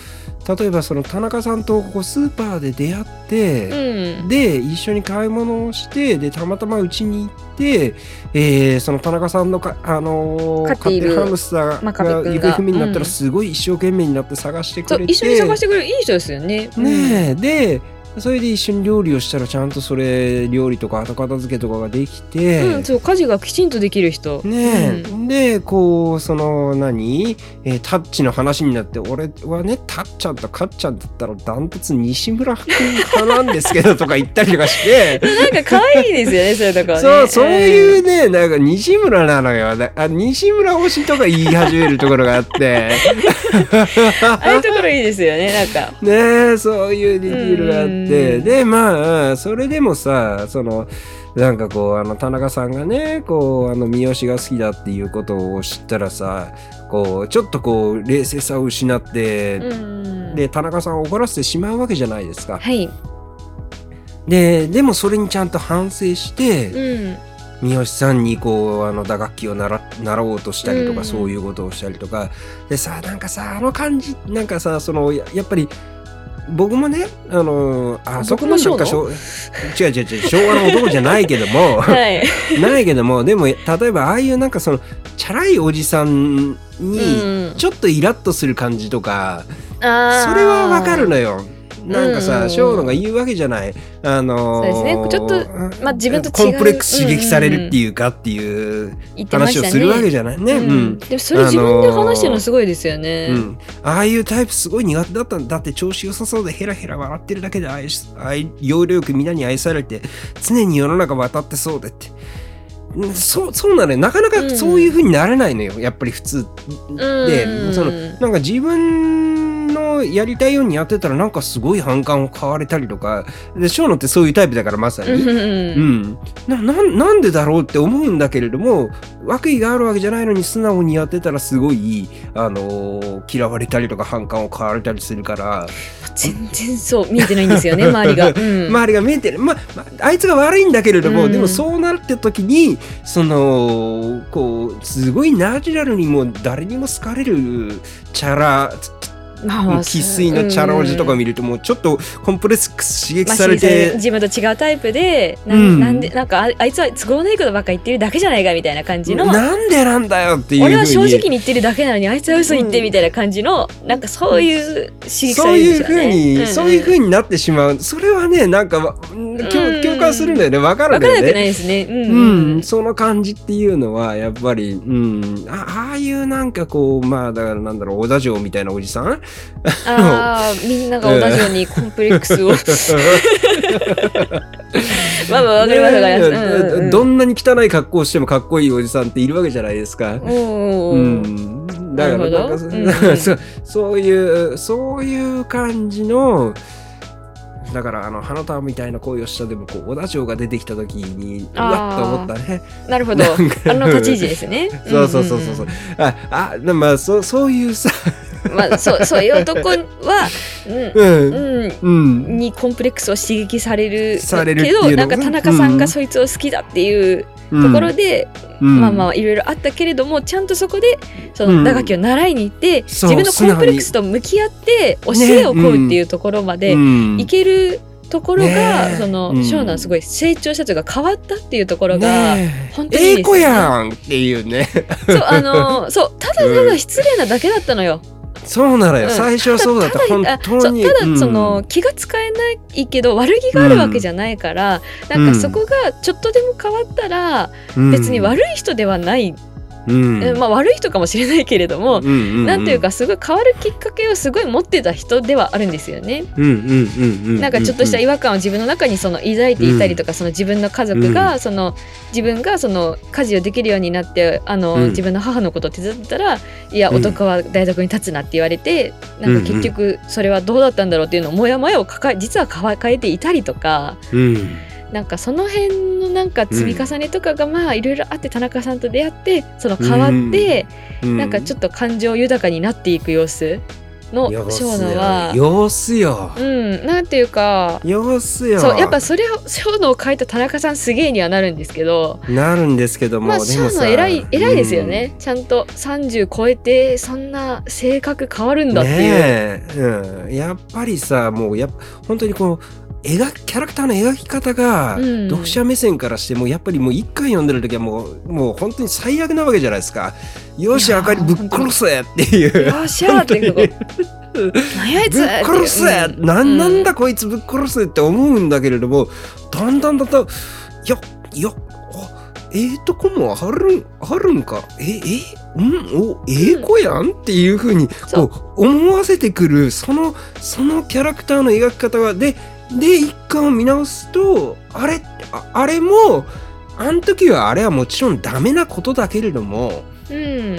例えばその田中さんとこうスーパーで出会って、うん、で一緒に買い物をしてでたまたまうちに行って、えーその田中さんのか、あのー飼っているハムスター真壁が行君が方不明になったうらんすごい一生懸命になって探してくそれうて、一緒に探してくれるいい人ですよね。ねえでそれで一緒に料理をしたらちゃんとそれ料理とか後片付けとかができうて、ん、うんそう家事がきちんとできる人。ねえ、でこうその何、えータッチの話になって俺はねタッちゃんとカッちゃんだったらダントツ西村君派なんですけどとか言ったりとかしてうんなんか可愛いですよねそういうとこね。そう、そういううね、なんか西村なのよ。だあ西村推しとか言い始めるところがあっ て。んああいうところいいですよねなんか。ねえ、そういうディティールがあっうて。んで、まあ、それでもさ、その、なんかこう、あの、田中さんがね、こう、あの、三好が好きだっていうことを知ったらさ、こう、ちょっとこう、冷静さを失って、うん、で、田中さんを怒らせてしまうわけじゃないですか。はい、で、でもそれにちゃんと反省して、うん、三好さんにこうあの打楽器を習習おうとしたりとか、うんそういうことをしたりとかでさなんかさあの感じなんかさそのややっぱり僕もねあのあそこもなんか僕昭違う違う違う昭和の男じゃないけど もはい、 ないけどもでも例えばああいうなんかそのチャラいおじさんにうんちょっとイラッとする感じとか、あーそれはわかるのよ。なんかうんうんうさ、んショーノが言うわけじゃない。あのーそうですねちょっとうんまあ自分と違うコンプレックス刺激されるっていうかっていう言ってまし話たをねするわけじゃないね。ううんん。でもそれ自分で話してるのすごいですよね。うん、ああいうタイプすごい苦手だったんだだって調子良さそうでヘラヘラ笑ってるだけで愛し愛要領よく皆に愛されて常に世の中渡ってそうでってうんそうそうなのよなかなかそういう風になれないのよ、やっぱり普通うでんそのなんか自分のやりたいようにやってたらなんかすごい反感を買われたりとかでショーノってそういうタイプだからまさに。ううんん、ななんなんでだろうって思うんだけれども悪意があるわけじゃないのに素直にやってたらすごい、あのー嫌われたりとか反感を買われたりするから、全然そう見えてないんで すよね周りが。うん周りが見えてる、ままあいつが悪いんだけれども、うんでもそうなった時にそのこうすごいナチュラルにもう誰にも好かれるチャラまあまあ生粋のチャラおじとかうん見るともうちょっとコンプレックス刺激まあされて、自分と違うタイプでなうんんなんでなんかああいつは都合のいいことばっか言ってるだけじゃないかみたいな感じの。なんでなんだよっていう俺はふ正うに直に言ってるだけなのにあいつは嘘言ってみたいな感じのなんかそういう刺激さそういれるんでうすふようねに、んそういうふうになってしまうそれはねなんかわうんう共ん共感するんだよねわかるわんかだらなよくね。ないですね。うんうん、その感じっていうのはやっぱり、うん、あああいうなんかこうまあだからなんだろう小田城みたいなおじさん ああみんなが同じようにコンプレックスをまあまあ、わかりますわかりますうんうんうねん。どんなに汚い格好をしてもかっこいいおじさんっているわけじゃないですか。うんううんうん。ん、だからなんかそなるほどうんう んそそういうそういう感じのだからあの花束みたいな恋をしたでもこう小田城が出てきた時にうあわっーと思ったね。なるほど。なんか。あの立ち位置ですね そうそうそうそうそうんんん。ああなまあそうそういうさ、まあ、そう、そういう男は、ううんん、うん。うん、にコンプレックスを刺激されるされるってけいうのがどなんか田中さんがそいつを好きだっていうところで、うんまあまあいろいろあったけれどもちゃんとそこでそうんの打楽器を習いに行って、そ自う分のコンプレックスと向き合って教えを請うっていうところまでうんいけるところが、ねえそのうん長男すごい成長したというか変わったっていうところが、ねえ本当にいいえですえ子よねやんっていうねそうあのーそうただただ失礼なだけだったのよ。そうなのよ、うん最初はそうだったた本だあそ当うにただそうの、ん気が使えないけど悪気があるわけじゃないから、うんなんかそこがちょっとでも変わったら、うん別に悪い人ではない、うんえまあ悪い人かもしれないけれども、うんうんうんなんていうかすごい変わるきっかけをすごい持ってた人ではあるんですよね。うんうんうんうんなんかちょっとした違和感を自分の中にその抱いていたりとか、その自分の家族が、その自分がその家事をできるようになってあの、うん自分の母のことを手伝ってたら「いやうん男は台所に立つな」って言われて、うんうなんんか結局それはどうだったんだろうっていうのをモヤモヤを抱え実は抱えていたりとかうんなんかその辺のなんか積み重ねとかがまあいろいろあって田中さんと出会ってその変わって、うん、なんかちょっと感情豊かになっていく様子の様子ショよーノは。様子ようん、なんていうか様子よそうやっぱそれを生野を変えた田中さんすげえにはなるんですけどなるんですけども、まあでも生さ野偉い偉いですよね、ちゃんと30超えてそんな性格変わるんだっていう、ねえ、うん、やっぱりさもうやっぱ本当にこの描きキャラクターの描き方が、うん読者目線からしてもうやっぱりもう一回読んでる時はもうもう本当に最悪なわけじゃないですかよしいやーあかりぶっ殺せっていうよっしゃーっていう本 何やあいつぶっ殺せ、うんなん、なんだこいつぶっ殺せって思うんだけれどもだんだんだんだんいやいやあええとこもあるんあるんかええうんおええ子やんっていうふうにそうこう思わせてくるそのそのキャラクターの描き方がでで一巻を見直すとあれああれもあの時はあれはもちろんダメなことだけれどもうん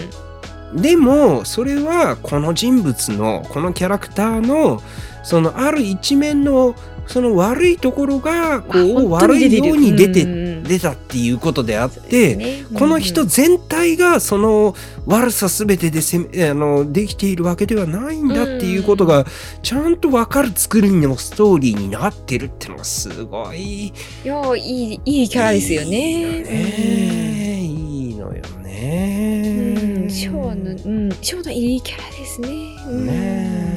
でもそれはこの人物のこのキャラクターのそのある一面のその悪いところがこう本当悪いように出て、ん出たっていうことであって、ねこのう人ん全体がその悪さ全てでせめあのできているわけではないんだっていうことがちゃんと分かる作りのストーリーになってるってのがすごいいやいいいいキャラですよいいねのねいいのようね。んうんショーのうんショーのいいキャラですねうんね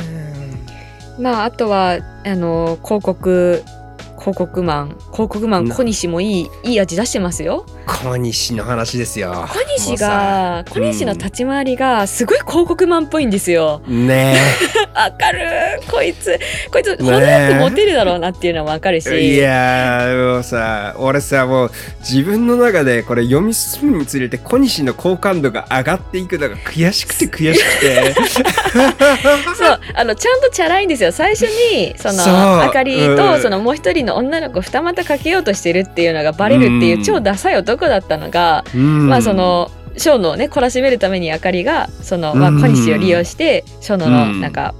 まああとはあの広告広告マン広告マンな小西もいいいい味出してますよえ小西の話ですよ小西が小西の立ち回りがすごい広告マンっぽいんですよ。ねわかるこいつこいつえ程よくモテるだろうなっていうのもわかるし、えいやーもうさ俺さもう自分の中でこれ読み進むにつれて小西の好感度が上がっていくのが悔しくて悔しくてそうあのちゃんとチャラいんですよ最初にそのそうあかりうとんそのもう一人の女の子二股かけようとしてるっていうのがバレるっていううん超ダサい男だったのが、うんまあそのショーノをね懲らしめるためにあかりがその、まあ、うん小西を利用してショーノのうんなんか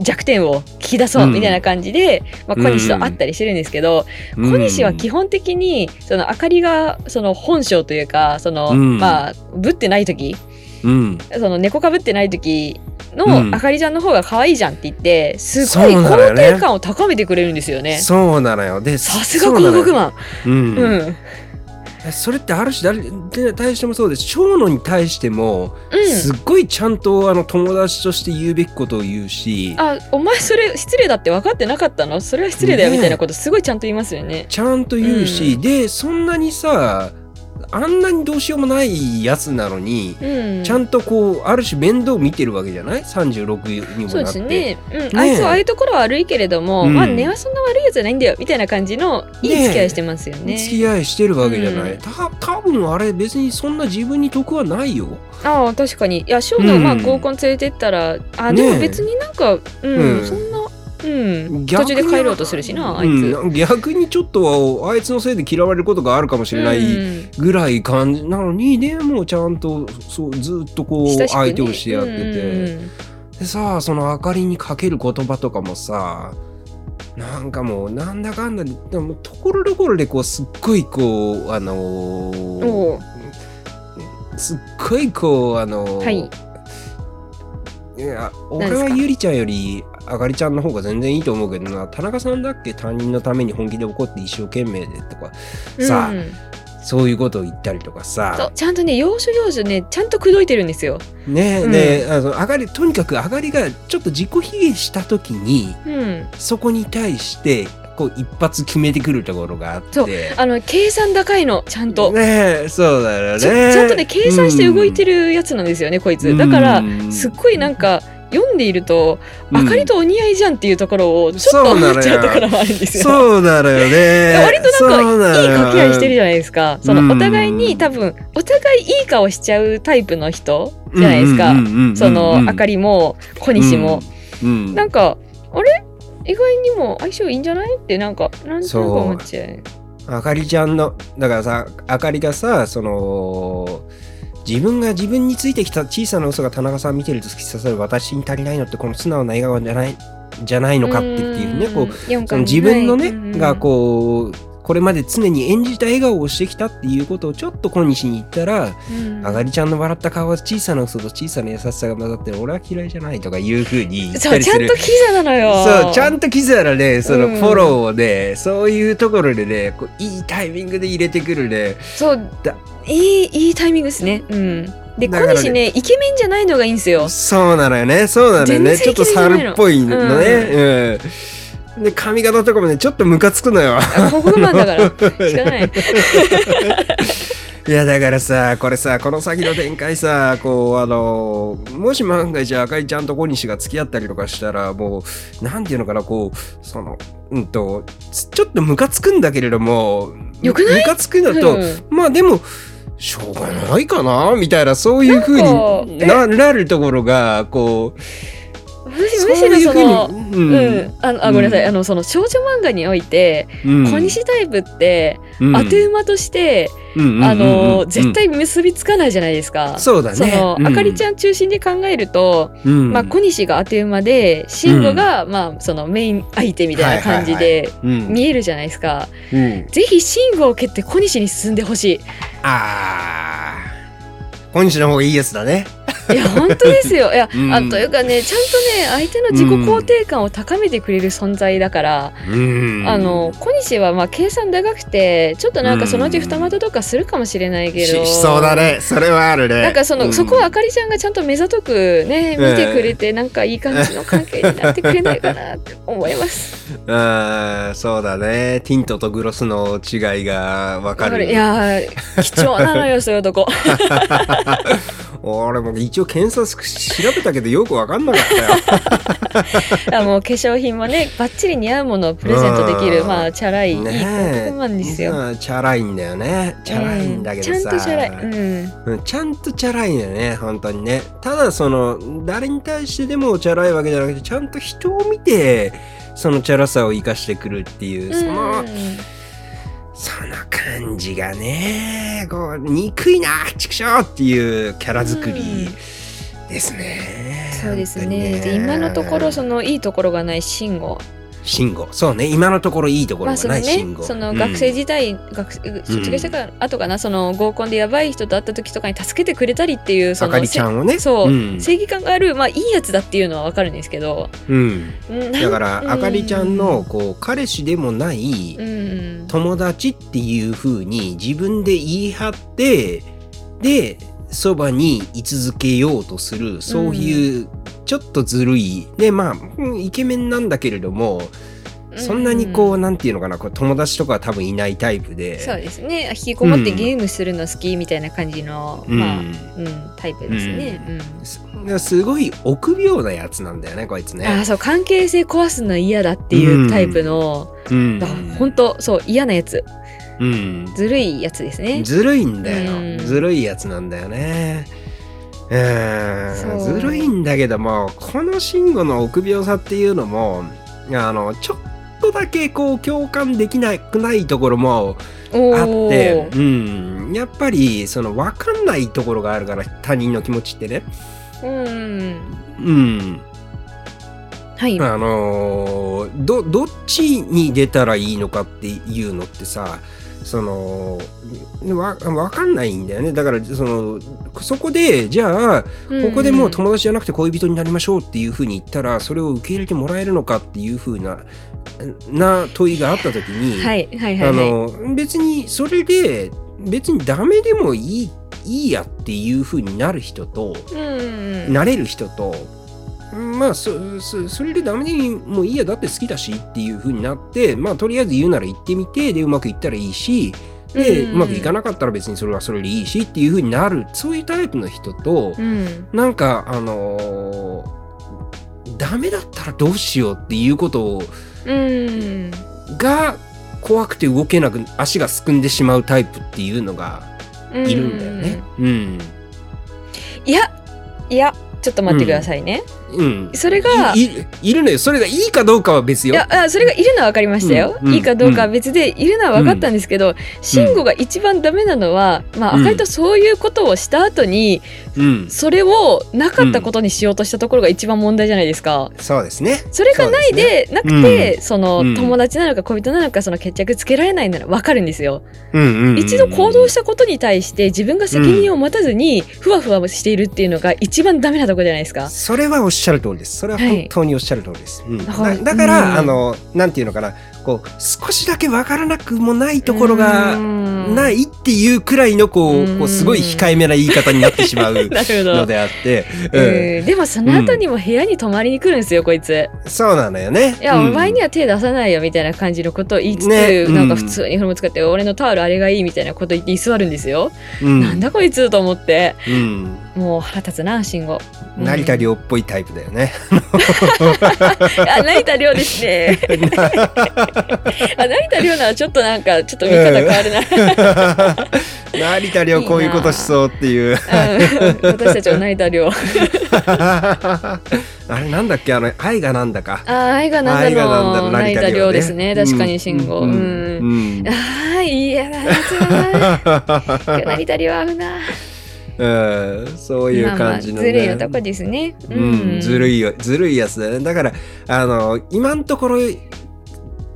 弱点を聞き出そうみたいな感じで、まあ、小西と会ったりしてるんですけど、小西は基本的にそのあかりがその本性というかその、うんまあぶってない時うんその猫かぶってない時うんのあかりちゃんの方が可愛いじゃんって言ってすごいそうなのよ肯ね定感を高めてくれるんですよね。そうなのよでさすが広告ママン、ンううんん、うん、それってある種誰に対してもそうです長野に対してもすっごいちゃんとあの友達として言うべきことを言うしあお前それ失礼だって分かってなかったのそれは失礼だよねえみたいなことすごいちゃんと言いますよね。ちゃんと言うし、でそんなにさあんなにどうしようもないやつなのに、うん、ちゃんとこうある種面倒見てるわけじゃない ?36 にもそうなでって。すね、うんあいつはああいうところは悪いけれども、うんまあ根はそんな悪いやつじゃないんだよみたいな感じのいい付き合いしてますよね。付き合いしてるわけじゃない、うんた多分あれ別にそんな自分に得はないよああ確かにいや翔の、うんまあ合コン連れてったらあねえでも別になんか、うんうんそんなうん。途中で帰ろうとするしな、あいつ。うん逆にちょっとはあいつのせいで嫌われることがあるかもしれなういんぐらい感じなのにねもうちゃんとそうずっとこう親しくね相手をしてやってて、うんでさその明かりにかける言葉とかもさなんかもうなんだかんだででもところどころでこうすっごいこうあのーおうすっごいこうあのーはいいや俺何ですはかゆりちゃんよりあかりちゃんの方が全然いいと思うけどな田中さんだっけ他人のために本気で怒って一生懸命でとかさあうんそういうことを言ったりとかそさうちゃんとね要所要所ねちゃんと口説いてるんですよ。ねえ、うんねえあのあかりとにかくあかりがちょっと自己卑下した時にうん、そこに対してこう一発決めてくるところがあってそうあの計算高いのちゃんと、ねえそうだよねちゃちゃんとね計算して動いてるやつなんですよね、こいつだからすっごいなんか読んでいると、あかりとお似合いじゃんっていうところをちょっとそうなのよ思っちゃうところもあるんですよ。そうなのよね。割とそなうんなかのいいよ掛け合いしてるじゃないですか。そうんのお互いに多分お互いいい顔しちゃうタイプの人じゃないですか。うんうんうんうんうんそのあかりも小西も、うんうんなんかあれ意外にも相性いいんじゃないってなんかなんとなく思っちゃう。あかりちゃんのだからさあかりがさその自分が自分についてきた小さな嘘が田中さん見てると突き刺さる私に足りないのってこの素直な笑顔じゃないじゃないのかってっていうねこううその自分のね、がうこうこれまで常に演じた笑顔をしてきたっていうことをちょっと今日に言ったら、んあがりちゃんの笑った顔は小さな嘘と小さな優しさが混ざってる俺は嫌いじゃないとかいうふうに言っそたうりちすゃんると。キザなのよそうちゃんとキザらねそのうんフォローをね、そういうところでねこういいタイミングで入れてくるねそうだいいいいタイミングですねうんで、だから小ね西ねイケメンじゃないのがいいんですよそうなのよねそうなのよね全ちょっと然イケメンじゃないの猿っぽいのね、うんで髪型とかもねちょっとムカつくのよあここマンだからしかないいやだからさこれさこの先の展開さこうあのもし万が一赤井ちゃんと小西が付き合ったりとかしたらもうなんていうのかなこうそのうんとつちょっとムカつくんだけれどもよくないムカつくのと、うんまあでもしょうがないかなみたいなそういうふうにななるところがこうむしむしろそのううにん、あのあごめんなさい、うんあのその少女漫画において、うん小西タイプって、うん当て馬として、うんうんうんうんあの、絶対結びつかないじゃないですか。そうだねその、あかりちゃゃん中心で考えると、ん、うんまあ、小西が当て馬で慎吾が、まあ、そのメイン相手みたいな感じでうん見えるじゃないですか、うんぜひ慎吾を蹴って小西に進んでほしあー小西の方がいいやつだね。いいや本当ですよいや、 うんあというかねちゃんとね相手の自己肯定感を高めてくれる存在だから、うんあの小西はまあ計算高くてちょっとなんかそのうち二股とかするかもしれないけしど、しそうだね。それはあるね。なんかその、うそこはあかりちゃんがちゃんと目ざとくね見てくれて、なんかいい感じの関係になってくれないかなって思います。うんそうだね。ティントとグロスの違いがわかる。いやー貴重なのよそうい うとこ。俺も一応検索し調べたけどよくわかんなかったよ。あもう化粧品もねバッチリ似合うものをプレゼントできうるんまあチャ ラい、いい広告マンですよ。うんチャラいんだよね。チャラいんだけどさ。うんちゃんとチャラい。うん。うんちゃんとチャラいんだよね、本当にね。ただその、誰に対してでもチャラいわけじゃなくて、ちゃんと人を見て、そのチャラさを生かしてくるっていう、その、うその感じがね、こう、憎いな、畜生っていうキャラ作りですねん。そうですね。で今のところその。のいいところがない慎吾。慎吾。そうね、今のところいいところまあがそのないね慎吾。そのうん学生時代、学生卒業してから後かなその合コンでやばい人と会った時とかに助けてくれたりっていうそあのかりちゃんをね。せそうう、ん正義感があるまあいいやつだっていうのはわかるんですけど。うん。うんだから、あかりちゃんの、。こう、彼氏でもないうんうん。友達っていう風に自分で言い張って、で、そばに居続けようとする、そういう、ちょっとずるい、で、まあ、うんイケメンなんだけれども、そんなにこう、なんていうのかな、こう友達とかは多分いないタイプで。そうですね引きこもってゲームするの好きみたいな感じの、うんまあ、うん、タイプですね、うんすすごい臆病なやつなんだよね、こいつあねあ。そう関係性壊すの嫌だっていうタイプの、うんだから本当そう嫌なやつうんずるいやつですねずるいんだよ、うんずるいやつなんだよねうーんそうずるいんだけどもこの慎吾の臆病さっていうのもあの、ちょっとだけこう共感できなくないところもおあっーて、うん、やっぱりその分かんないところがあるから他人の気持ちってね、うん。うん、はい。あのーどどっちに出たらいいのかっていうのってさそのわわかんないんだよねだからそのそこでじゃあここでもう友達じゃなくて恋人になりましょうっていうふうに言ったらそれを受け入れてもらえるのかっていうふうなな問いがあった時に、はいはいはいあはい。の別にそれで別にダメでもいいいいやっていうふうになる人と、うん。慣れる人と、まあそそそれでダメでもいいやだって好きだしっていう風になってまあとりあえず言うなら言ってみてでうまくいったらいいしでうんうまくいかなかったら別にそれはそれでいいしっていう風になるそういうタイプの人とうん。なんかあのーダメだったらどうしようっていうことうん。が怖くて動けなく足がすくんでしまうタイプっていうのがいるんだよね。うん、いや、いや、ちょっと待ってくださいね。うん、それがいいいるのよそれがいいかどうかは別いよ。や、あそれがいるのは分かりましたよ。うんうんいいかどうかは別で、いるのは分かったんですけど、慎吾が一番ダメなのは、まあ、うん赤いとそういうことをした後に、うん、それをなかったことにしようとしたところが一番問題じゃないですか。そうですね。それがないで、なくて、その、うん友達なのか恋人なのか、その決着つけられないなら分かるんですよ。うんうんうんうん一度行動したことに対して、自分が責任を持たずに、ふわふわしているっていうのが一番ダメなところじゃないですか。それはおっしゃる通りです。それは本当におっしゃる通りです。うんだからだだから、うん。あの、なんていうのかな、こう、少しだけわからなくもないところが、ないいっていうくらいの、こうんう、こうすごい控えめな言い方になってし まうなるほど。のであって、うんうんでもその後にも部屋に泊まりに来るんですよ、こいつ。そうなのよね。いや、うんお前には手出さないよみたいな感じのことを言いつつ、ねなんかうん普通にフォルム使って、俺のタオルあれがいいみたいなこと言って居座るんですよ。うんなんだこいつと思って、うんもう腹立つな、慎吾。うん成田凌っぽいタイプだよ ね。あ、成田凌で すね。あ、成田凌ならちょっとなんか、ちょっと見方変わるな。成田凌こういうことしそうっていう。うん私たちは成田凌。あ あれなんだっけあの愛がなんだか。ー、愛がなんだ愛がなんだろろう。う成田凌ですね。確かに慎吾。ううんうん。ん ああ、いや、あいつはな。成田凌は合うな。うんそういう感じの、まあまあ、ずるい男ですね。うん、ずるいよずるいやつだねだからあの今のところ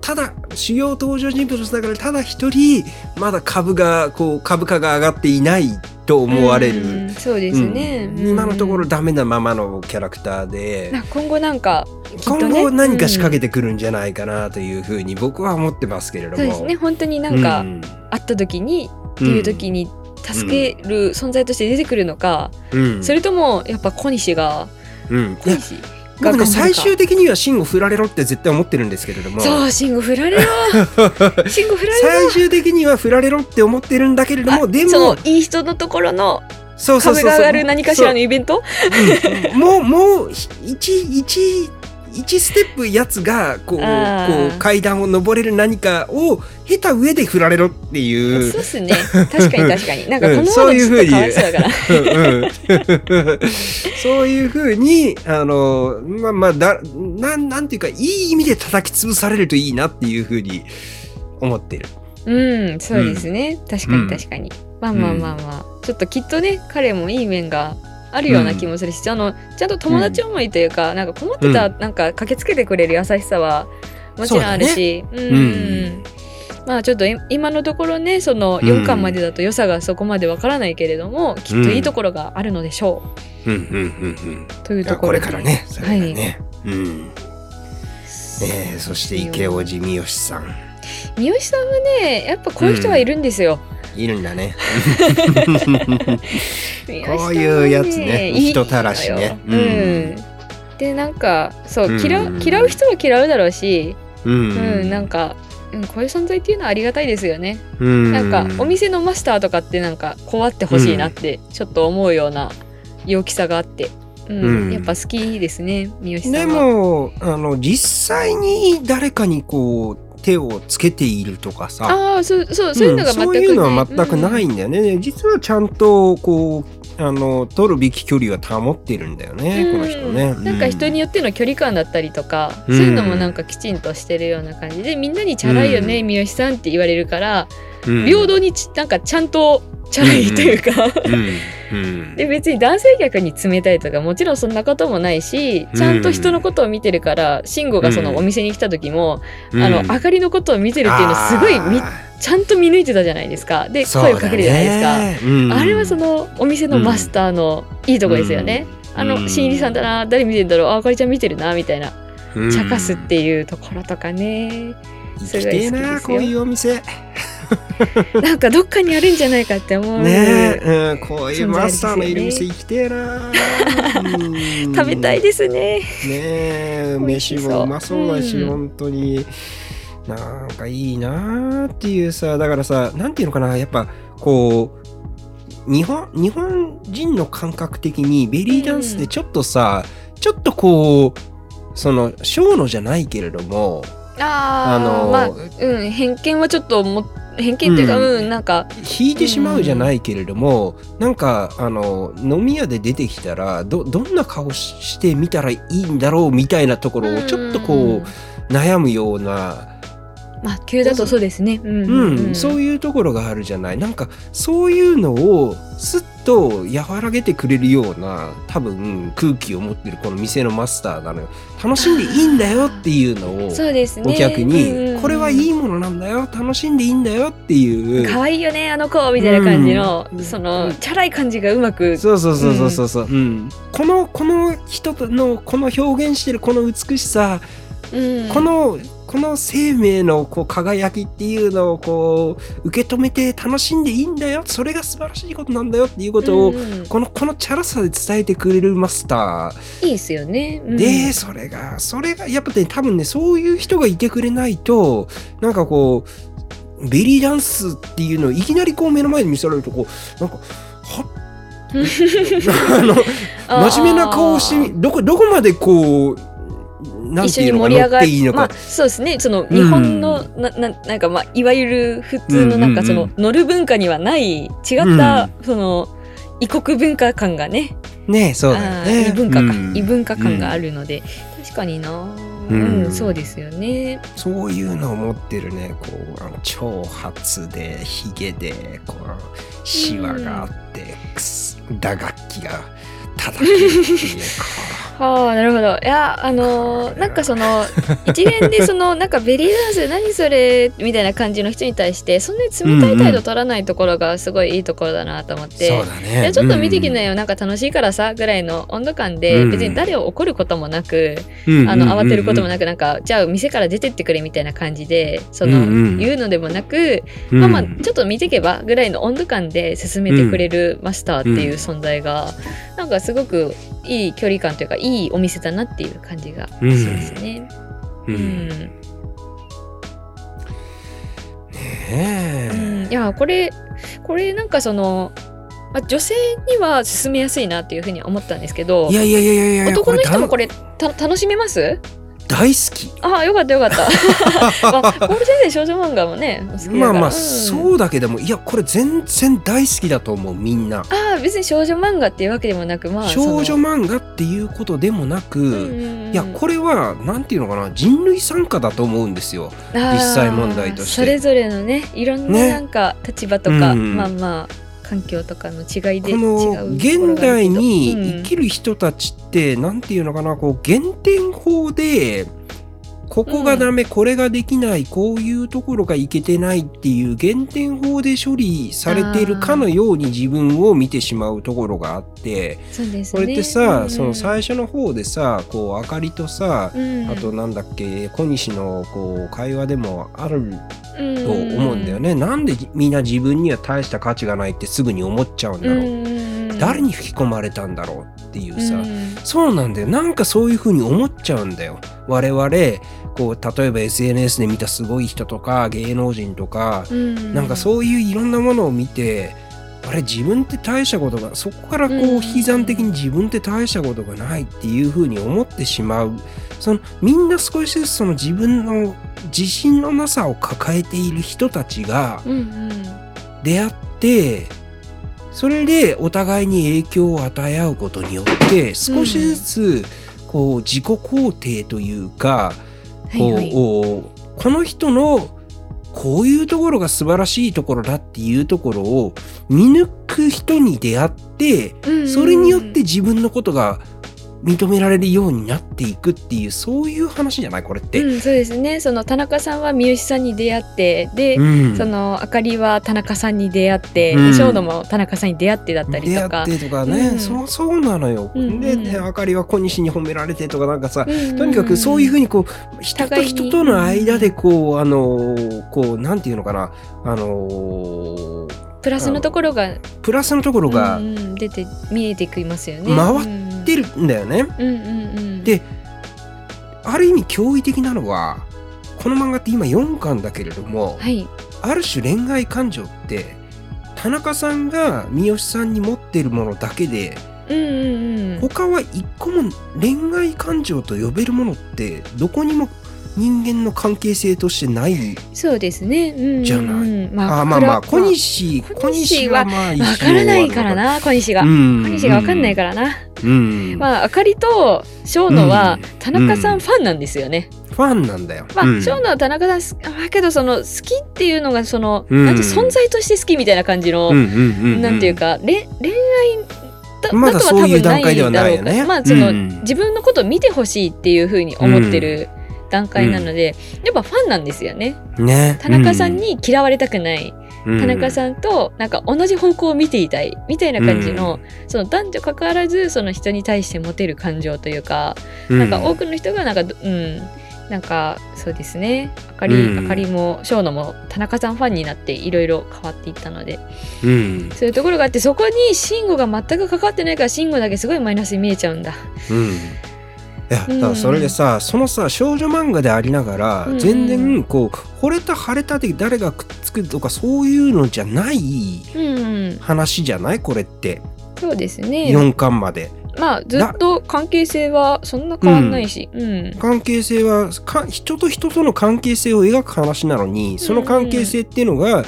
ただ主要登場人物だからただ一人まだ株がこう株価が上がっていないと思われる、うんそうですね。うん今のところうん。ダメなままのキャラクターで、な今後なんか、きっとね今後何か仕掛けてくるんじゃないかなというふうに僕は思ってますけれども。そうですね。本当になんか、うん会った時に、っていう時に、助ける存在として出てくるのか、うんそれとも、やっぱ小西が、うん、い小や西が僕頑張ねるか最終的には慎吾振られろって絶対思ってるんですけれどもそう、慎吾振られろ 慎吾振られろ最終的には振られろって思ってるんだけれどもでそもの、いい人のところの、そうそうそう壁そうが上がる何かしらのイベントそううんもうもうひ一一一ステップやつがこうこあーう階段を登れる何かを経た上で振られろっていうそうっすね。確かに確かに。なんかこのまそまういずうふっうにとかわいそうだ から。うんうんそういうふうに、あの、まあまあ、だ、なん、なんていうか、いい意味で叩き潰されるといいなっていうふうに思ってる。うん、そうですね。確かうにん確かに。まあまあまあまあ、ちょっときっとね、彼もいい面があるような気もするし、あの、ちゃんと友達思いというか、なんか困ってた、うなんか駆けつけてくれる優しさは、もちろんあるし、う,、うんん。まあちょっとい今のところね、そのうん4巻までだと良さがそこまでわからないけれども、きっといいところがあるのでしょうんうんうん。う、といううんとこころれで。からね、それからね。うん。ええそして池尾路三好さん。三好さんはね、やっぱこういう人はいるんですよ。いるんだね。三好さんこはうねいうやつね。いい人たらしね。のようん、でなんかそううん嫌う嫌う人は嫌うだろうし、うん。ううんん。なんか、うん、こういう存在っていうのはありがたいですよね、うん、なんかお店のマスターとかってなんかこうあってほしいなってちょっと思うような陽気さがあって、うんうんやっぱ好きですね三好さでんは。もあの実際に誰かにこう手をつけているとかさああそうそうそういうのが全く、んそういうのは全くないうんんだよね、実はちゃんとこうあの取るべき距離は保ってるんだよね、この人ね。なんか人によっての距離感だったりとか、そういうのもなんかきちんとしてるような感じでみんなに「チャラいよね、三好さん」って言われるから、うん平等にちなんかちゃんとチャラいというか、うんうんで別に男性客に冷たいとかもちろんそんなこともないしちゃんと人のことを見てるから慎吾がそのお店に来た時も、あのうん明かりのことを見てるっていうのすごいみちゃんと見抜いてたじゃないですかで声をかけるじゃないですか、すか。うんあれはそのお店のマスターのいいとこですよね、うんあうんの新入りさんだな誰見てんだろうああかりちゃん見てるなみたいなうん茶化すっていうところとかね行きてえすごい好きなですこよういうお店なんかどっかにあるんじゃないかって思う、ねえ、うん、こういう存在マでスすターよのねいる店行きてえなう ん食べたいですねねえ美味し飯そうもうまそうだし、うん本当になんかいいなっていうさだからさなんていうのかなやっぱこう日本日本人の感覚的にベリーダンスでちょっとさ、ちょっとこうそのショーのじゃないけれどもあーあのまあうん偏見はちょっとも偏見っていうかううんん、なんか引いてしまうじゃないけれども、なんかあの飲み屋で出てきたらどどんな顔してみたらいいんだろうみたいなところをちょっとこう、ん悩むようなまあ急だとそうですねうん、うんうそんういうところがあるじゃないなんかそういうのをすっと和らげてくれるような多分空気を持ってるこの店のマスターなのよ楽しんでいいんだよっていうのをそうですねお客うんうんうにんこれはいいものなんだよ楽しんでいいんだよっていう可愛いよねあの子みたいな感じの、うんそうのんチャラい感じがうまくそうそうそうそうそうそう、うんこのこの人のこの表現してるこの美しさうんこのこの生命のこう輝きっていうのをこう受け止めて楽しんでいいんだよそれが素晴らしいことなんだよっていうことを、うんうんこのこのチャラさで伝えてくれるマスタいいですよね、うーん で、それがそれがやっぱね多分ねそういう人がいてくれないとなんかこうベリーダンスっていうのをいきなりこう目の前に見せられるとこう なんかはあのあー真面目な顔をしてどこどこまでこうなん一て緒いにうのか盛り乗上っがていいのまかあ、そうですねその日本の、なななんかまあいわゆる普通のなんかうんそうんうのん乗る文化にはない違った、その異国文化感がねねえそうだよあねー異文化か、うん異文化感があるので、確かにな、うんうんそうですよねそういうのを持ってるねこうあの長髪でひげでこうシワがあって、くす打楽器が叩けるっていう はあなるほどいやあのーなんかその一連でそ のなんかベリーダンス何それみたいな感じの人に対してそんなに冷たい態度取らないところがすごいいいところだなと思って、そうだいねやちょっと見てきなよ、よ、なんか楽しいからさぐらいの温度感で、うん別に誰を怒ることもなく、うんうんあの慌てることもなく、くなんかじゃあ店から出てってくれみたいな感じでそうんうんの言うのでもなく、うんまあまあちょっと見てけばぐらいの温度感で進めてくれるマスターっていう存在が、なんかすごくいい距離感というかいいお店だなっていう感じがしますね。ううんんねえうんいやこれこれなんかその、まあ、女性には進めやすいなっていうふうには思ったんですけどいやいやいやいやいや男の人もこれれた楽しめますだ大好きああよかったよか った。まあ、ポール先生少女漫画もねお好きだからまあまあ、うんそうだけどもいやこれ全然大好きだと思うみんなああ別に少女漫画っていうわけでもなくまあ少女漫漫画っていうことでもなく、いやこれはなんていうのかな人類参加だと思うんですよ。実際問題としてそれぞれのねいろんなねなんか立場とか、うんまあまあ環境とかの違いでこ違うのところ現がある代けどにうん生きる人たちってなんていうのかなこう減点法でここがダメこれができないこういうところがいけてないっていう減点法で処理されているかのように自分を見てしまうところがあってそうですこねれってさ、うんその最初の方でさこうあかりとさ、うんあとなんだっけ小西のこう会話でもあると思うんだよね、ね、なんでみんな自分には大した価値がないってすぐに思っちゃうんだろう、うん誰に吹き込まれたんだろうっていうさ、うんそうなんだよなんかそういうふうに思っちゃうんだよ我々こう例えば SNS で見たすごい人とか芸能人とか、うんなんかそういういろんなものを見てあれ自分って大したことがそこからこううん悲惨的に自分って大したことがないっていうふうに思ってしまうそのみんな少しずつその自分の自信のなさを抱えている人たちがうんうん出会ってそれでお互いに影響を与え合うことによって少しずつこう自己肯定というか、こうはいはいおこの人のこういうところが素晴らしいところだっていうところを見抜く人に出会ってうんうんそれによって自分のことが認められるようになっていくっていうそういう話じゃないこれって。うん、そうですねその田中さんは三好さんに出会ってで、うんそのあかりは田中さんに出会って、うんショーノも田中さんに出会ってだったりとか。出会ってとかね、うんそうそうなのよ。うんうんで、ね、あかりは小西に褒められてとかなんかさ、うんとにかくそういうふうにこう人と互いに人との間でこうあのーこうなんていうのかなあのープラスのところが、プラスのところがうんうん出て見えてきますよね。回出る、るんだよね。うんうんうん、である意味驚異的なのはこの漫画って今4巻だけれども、はい、ある種恋愛感情って田中さんが三好さんに持ってるものだけでうんうんうん、他は一個も恋愛感情と呼べるものってどこにも人間の関係性としてないそうですね。うんうん、。じゃないまあーまあまあこ小れは西小小西西ははまあ一応まあわからないからな、小西が。うん小西がわかんないからな。うんまあ、あかりと小野うはん田中さうんんファンなんですよね。ファンなんだよまあ、うん小野は田中さんす、だけど、その好きっていうのが、その、うんなんて存在として好きみたいな感じの、うんうんうんうんなんていうか、れ恋愛だまだだとはそう多いう分な段階いではんだないろうよかねら、まあ、その、うん自分のことを見てほしいっていうふうに思ってる段階なので、やっぱファンなんですよね。ね田中さんに嫌われたくない。田田中んさんとなんか同じ方向を見ていたいみたいな感じの,、その男女関わらずその人に対して持てる感情というか、なんか多くの人がなんかどうんなんかそうですねあかり、うんあかりも翔野も田中さんファンになっていろいろ変わっていったのでうんそういうところがあってそこに慎吾が全く関わってないから慎吾だけすごいマイナスに見えちゃうんだ。うんいやだからそれでさ、そのさ少女漫画でありながら、うん全然こう惚れた腫れたで誰がくっつくとかそういうのじゃないうん、うん、話じゃないこれって、そうですね4巻までまあずっと関係性はそんな変わんないし。うん関係性はか人と人との関係性を描く話なのにその関係性っていうのが、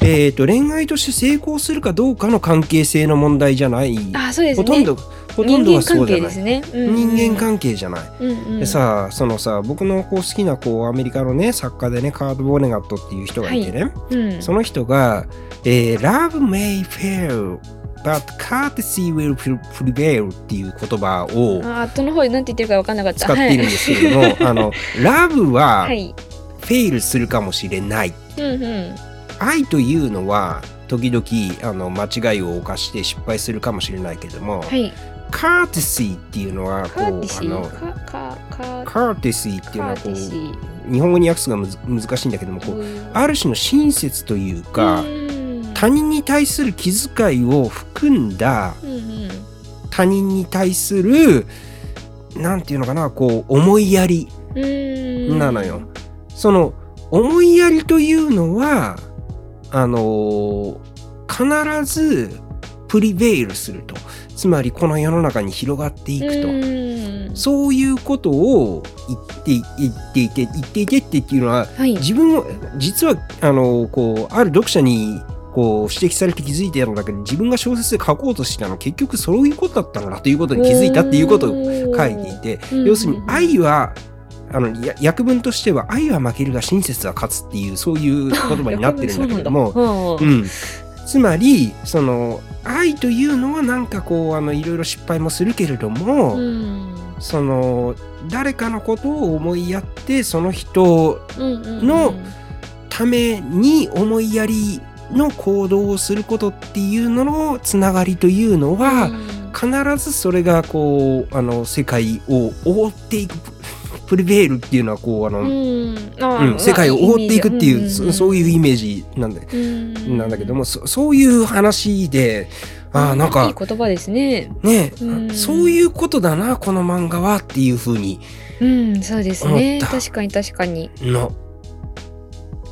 えー、と恋愛として成功するかどうかの関係性の問題じゃない、あそうですねほとんどほとんど人はそ間関うじゃ係ないですね。人間関係じゃない係、うんうんでさそのさ僕のこう好きなこうアメリカのね作家でねカード・ボーネガットっていう人がいてね、うん、その人が、えー「Love may fail but courtesy will prevail」っていう言葉をあ後の方でなんて言ってるか分かんなかった。使っているんですけれども、あの「Love ははい。フェイルするかもしれない」はい。うんうん。愛というのは時々あの間違いを犯して失敗するかもしれないけれども、はい。カーテ courtesy っていうのはこカーテうィシあのー。か、か、か、 courtesy っていうのカはーテこィうシ日本語に訳すのがむず難しいんだけどもこうー。ある種の親切というか、うん他人に対する気遣いを含んだうんうん。他人に対するなんていうのかなこう思いやりうん。なのよ。。その思いやりというのはあのー必ずプリベイルするとつまりこの世の中に広がっていくと。うん。そういうことを言って言っていて言っていてっていうのははい。自分を実はあのこうある読者にこう指摘されて気づいてやるんだけど自分が小説で書こうとしてたの結局そういうことだったんだなということに気づいたっていうことをを書いていてうん要するに愛はあのや訳文としては愛は負けるが親切は勝つっていうそういう言葉になってるんだけれどももう。ん、つまりその愛というのはなんかこうあのいろいろ失敗もするけれども、うん。その誰かのことを思いやってその人うんうん。のために思いやりの行動をすることっていうののつながりというのは、うん必ずそれがこうあの世界を覆っていくププリベールっていうのはこうあの、うんうんあー世界を覆っていくっていう、そそういうイうメージなんで、んなんだけどもそそういう話であーなんいいか言葉ですね。ね、うんそういうことだなこの漫画はっていうふうにうん、そうです思ね。った確かに確かに。の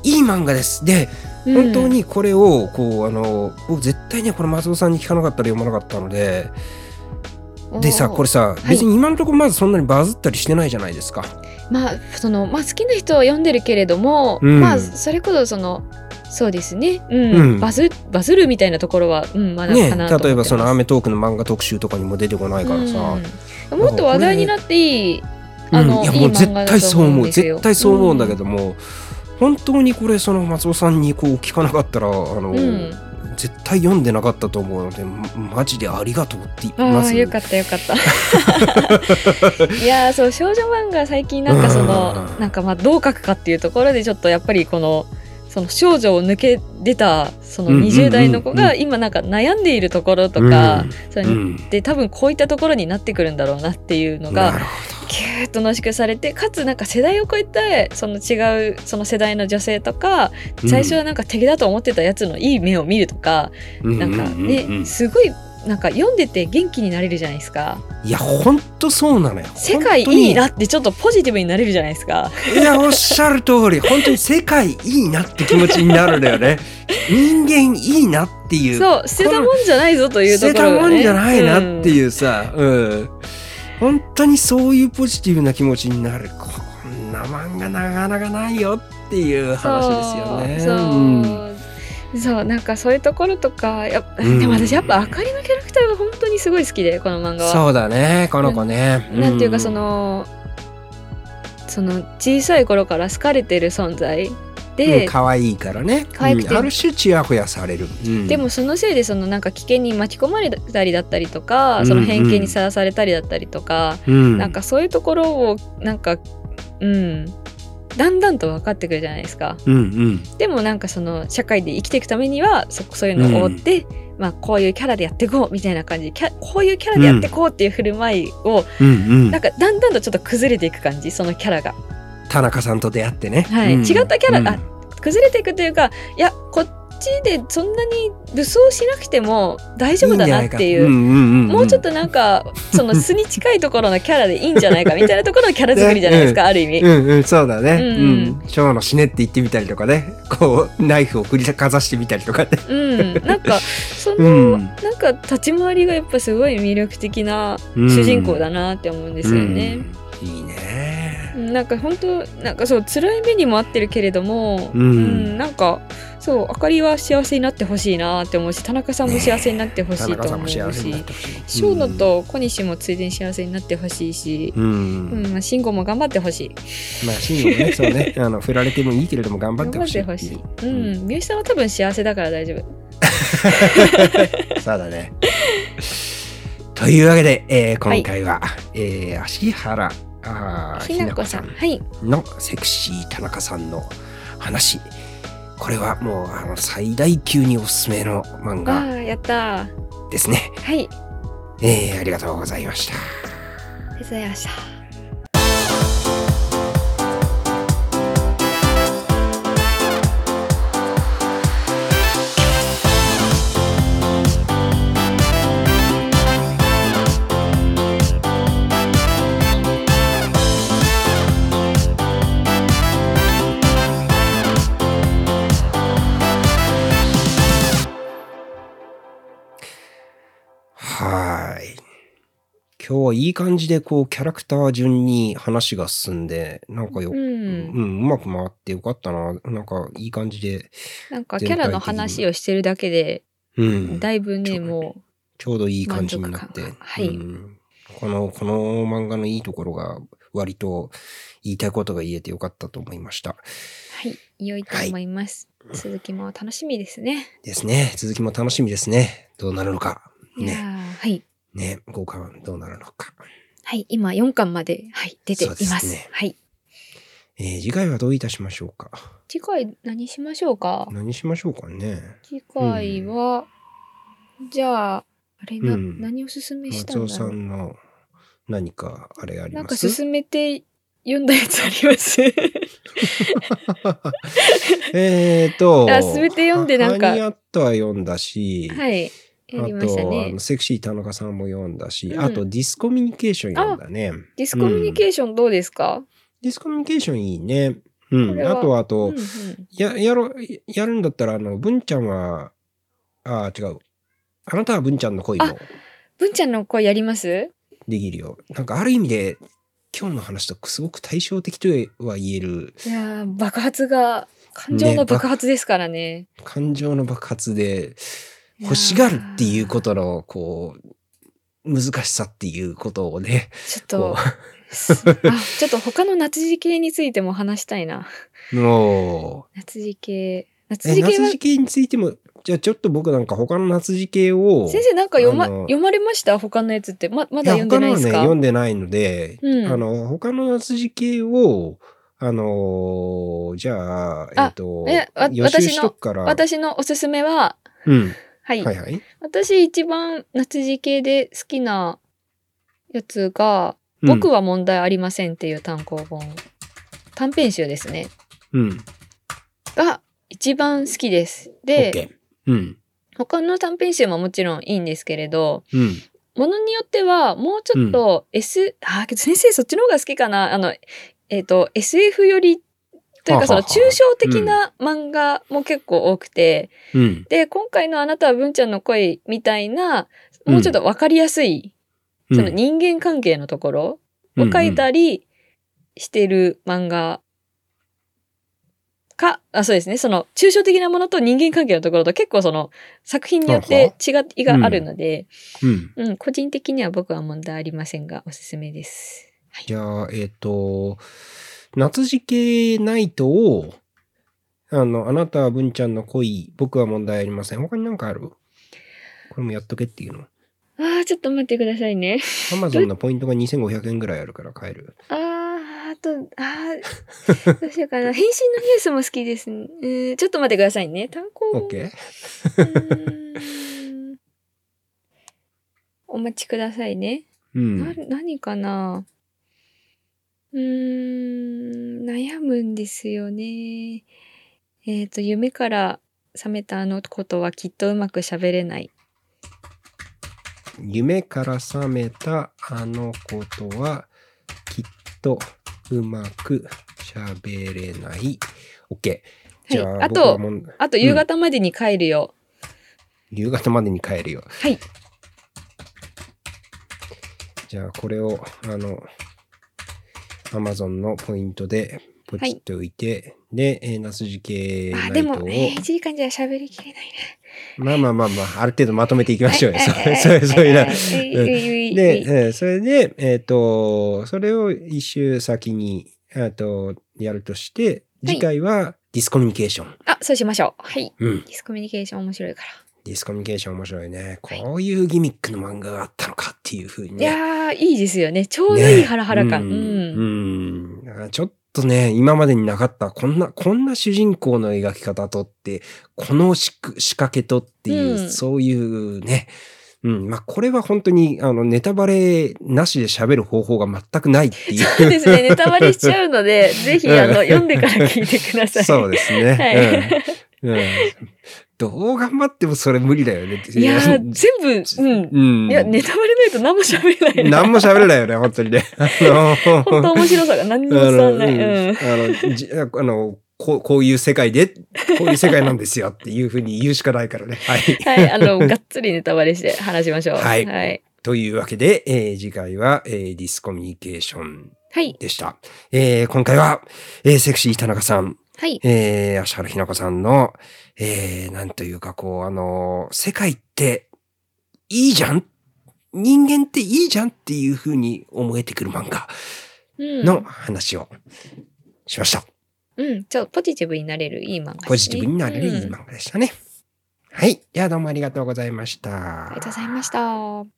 いい漫画です。でうん本当。にこれをこうあの僕絶対ねこれ松尾さんに聞かなかったら読まなかったのででさおーこれさい別に今のところまずそんなにバズったりしてないじゃないですか。まあそのまあ好きな人は読んでるけれども、うんまあそれこそそのそうですね。うん。うんバズ、バズるみたいなところは、うん、まだねかなと思ってます。例えばその『アメトーク』の漫画特集とかにも出てこないからさ、うんもっと話題になっていい。あうん、のいやいいもう絶漫画だ対とそう思うん思うですよ絶対そう思うんだけども、本当にこれその松尾さんにこう聞かなかったらあの、うん。絶対読んでなかったと思うのでまマジでありがとうって言いあまあすよかったよかった いやーそう少女漫画最近なんかそのうんなんかまあどう書くかっていうところでちょっとやっぱりこのその少女を抜け出たそのうんうんうんうん20代の子が今なんか悩んでいるところとか、そうんのうんで多分こういったところになってくるんだろうなっていうのながるほギューッと濃縮されてかつなんか世代を超えてその違うその世代の女性とかど最初はなんか敵だと思ってたやつのいい目を見るとか、うなんかううね、うんうんすごいなんか読んでて元気になれるじゃないですか。いやほんとそうなのよ世界本当にいいなってちょっとポジティブになれるじゃないですか。いやおっしゃる通り本当に世界いいなって気持ちになるのよね人間いいなっていうそう捨てたもんじゃないぞというと捨てこたろもがねんじゃないなっていうさ、うん本当にそういうポジティブな気持ちになるこんな漫画なかなかないよっていう話ですよね。そうそう、うんそうなんかそういうところとかやっぱうんでも私やっぱあかりのキャラクターが本当にすごい好きでこの漫画は。そうだねこの子ね。なんていうかそのその小さい頃から好かれてる存在うん、で、可愛いからね可愛くてうんある種ちやほやされる。うんでもそのせいでそのなんか危険に巻き込まれたりだったりとか、その偏見にさらされたりだったりとか、うんなんかそういうところをなんかうんだんだんと分かってくるじゃないですかうんうんでもなんかその社会で生きていくためにはそそういうのを追って、まあこういうキャラでやっていこうみたいな感じでキャこういうキャラでやっていこうっていう振る舞いを、うんうんなんかだんだんとちょっと崩れていく感じそのキャラが田中さんと出会ってね。はいうん違ったキャラがうん崩れていくというかいやこっちでそんなに武装しなくても大丈夫だなっていんじゃう。なかんんんんもうちょっとなんかその素に近いところのキャラでいいんじゃないかみたいなところのキャラ作りじゃないですか、ある意味、うんうん、そうだね。ううんん。ショーの死ねって言ってみたりとかね。こう、ナイフを振りかざしてみたりと かね。うん、なんかその、うんなんか立ち回りがやっぱすごい魅力的な主人公だなって思うんでですよね。いいね。うんなんか本当なんかそう辛い目にもあってるけれども、うんなんかそうあかりは幸せになってほしいなって思うし田中さんも幸せになってほし田い中とさんも思うし幸せになってほしい。翔野と小西もついでに幸せになってほしいし、うん、ううんんまあ、慎吾も頑張ってほしいまあ慎吾もねそう ねあの振られてもいいけれども頑張っ頑て張ほっしいてほしい、うん、三好さんは多分幸せだから大丈夫そうだねというわけで、えー今回は、えー芦原あーひなこさんはいのセクシー田中さんの話これはもうあの最大級におすすめの漫あ画ーやったーですね、はいえーありがとうございましたありがとうございました。はーい今日はいい感じでこうキャラクター順に話が進んでなんかよ、ううんん、うまく回ってよかったななんかいい感じで、なんかキャラの話をしてるだけで、うん、だいぶちね、ょもう。ちょうどいい感じになっ満て足感が、はいうんこのこの漫画のいいところが割と言いたいことが言えてよかったと思いましたはい、良いと思います。続きも楽しみですね。ですね。続きも楽しみですね。どうなるのか。いやーね。はい、ね。五巻どうなるのか。はい、今四巻まで、はい、出ています。そうですねはい、えー次回はどういたしましょうか。次回何しましょうか。何しましょうかね。次回は、じゃあ、あれな、うん何を勧めした松ん尾ださろう。んの何かあれありなんまかす勧めて読んだやつあります。 えっと。あ全て読んでなんかハニヤットは読んだし。はい、やりあましたと、あねの。セクシー田中さんも読んだし、うんあとディスコミュニケーション読んだね。ディスコミュニケーションどうですか。ディスコミュニケーションいいね。こうん。れはあとあと、うんうんや、やろ、やるんだったら、あの、文ちゃんは、あー違う。あなたは文ちゃんの恋あも文ちゃんの声やりますできるよ。なんかある意味で、今日の話とすごく対照的とは言える、いやー爆発が感情の爆発ですからね。感情の爆発で、欲しがるっていうことの、こう、難しさっていうことをね、ちょっ、ことあちょっと他の夏時系についても話したいな。う、も夏時系。う、夏え時系夏は、時系についても、じゃあちょっと僕なんか他の夏時系を、先生なんか読まあの読まれました他のやつって。ままいだや読んでないです他のはね、か、読んでないので、うんあの、他の夏時系を、あのーじゃあ、えっ、と、えわ予習私のしとくから。私のおすすめは、うん。はい。はいはい。私一番夏時系で好きなやつが、うん僕は問題ありませんっていう単行本。短編集ですね。うん。が一番好きです。オッで、ケーうん。他の短編集ももちろんいいんですけれど、うん。ものによってはもうちょっと S、あーけど先生そっちの方が好きかなあのえっ、と SF よりというはははかその抽象的な漫画も結構多くて、うん。で今回の「あなたは文ちゃんの声」みたいなもうちょっと分かりやすい、その人間関係のところを書いたりしてる漫画か、あそうですねその抽象的なものと人間関係のところと結構その作品によって違いがあるので、うん。うん。うん、個人的には僕は問題ありませんが、おすすめです。じゃあ、えっ、と、夏時系ナイトを、あの、あなたは文ちゃんの恋、僕は問題ありません。他になんかあるこれもやっとけっていうの。ああ、ちょっと待ってくださいね。アマゾンのポイントが2500円ぐらいあるから買える。ああ、あと、ああ、 どうしようかな。返信のニュースも好きです、ねえーちょっと待ってくださいね。単行オ本ッ。ケーうーんお待ちくださいね。う。なん何かなうーん、悩むんですよね。えっ、と、夢から覚めたあの子とはきっとうまく喋れない。夢から覚めたあの子とはきっとうまく喋れない。OK。じゃあ、はいあと僕はもうあと夕方までに帰るよ。夕方までに帰るよ。はい。じゃあ、これを、あの、Amazon のポイントでポチっておいて、で、えー、夏時系あ、ナでイトをも、えー、1時間じゃ喋りきれないまあまあまあまあ、ある程度まとめていきな。ましょうよ。は いそ はれ、それ、いそういうはなは。はいううんいういういで、えーそれで、えっ、と、それを一周先に、えっ、と、やるとして、はい次回はディスコミュニケーション。あ、そうしましょう。はい。うん。ディスコミュニケーション面白いかディスコミュニケーション面白いね。こういうギミックの漫画があったのかっていうふうにら。いね。やー、いいですよね。ちょうどねいいハラハラ感。ううん。ん。うんあちょっとね、今までになかった、こんな、こんな主人公の描き方とって、この仕組仕掛けとっていう、うんそういうね、うん。まあ、これは本当に、あの、ネタバレなしで喋る方法が全くない っていう。そうですね。ネタバレしちゃうので、ぜひ、あの、うん読んでから聞いてください。そうですね。はいうんうんどう頑張ってもそれ無理だよね。いやー、全部、うん。うん。いや、ネタバレないと何も喋れないな。何も喋れないよね、本当にね。あの、本当面白さが何にも伝わらない。うんうあん。のじあのこう、こういう世界で、こういう世界なんですよっていうふうに言うしかないからね。はい。はい、あの、がっつりネタバレして話しましょう。はいはい。というわけで、えー次回は、えーディスコミュニケーションはい。でした。えー今回は、えーセクシー田中さん、はい。えー、芦原ひな子さんの、えー、なんというかこう、あのー世界っていいじゃん人間っていいじゃんっていう風に思えてくる漫画うんの話をしました。うん、ちょっとポジティブになれるいい漫画です、ね。ポジティブになれるいいうんあ漫画でしたね。はい。ではどうもありがとうございました。ありがとうございました。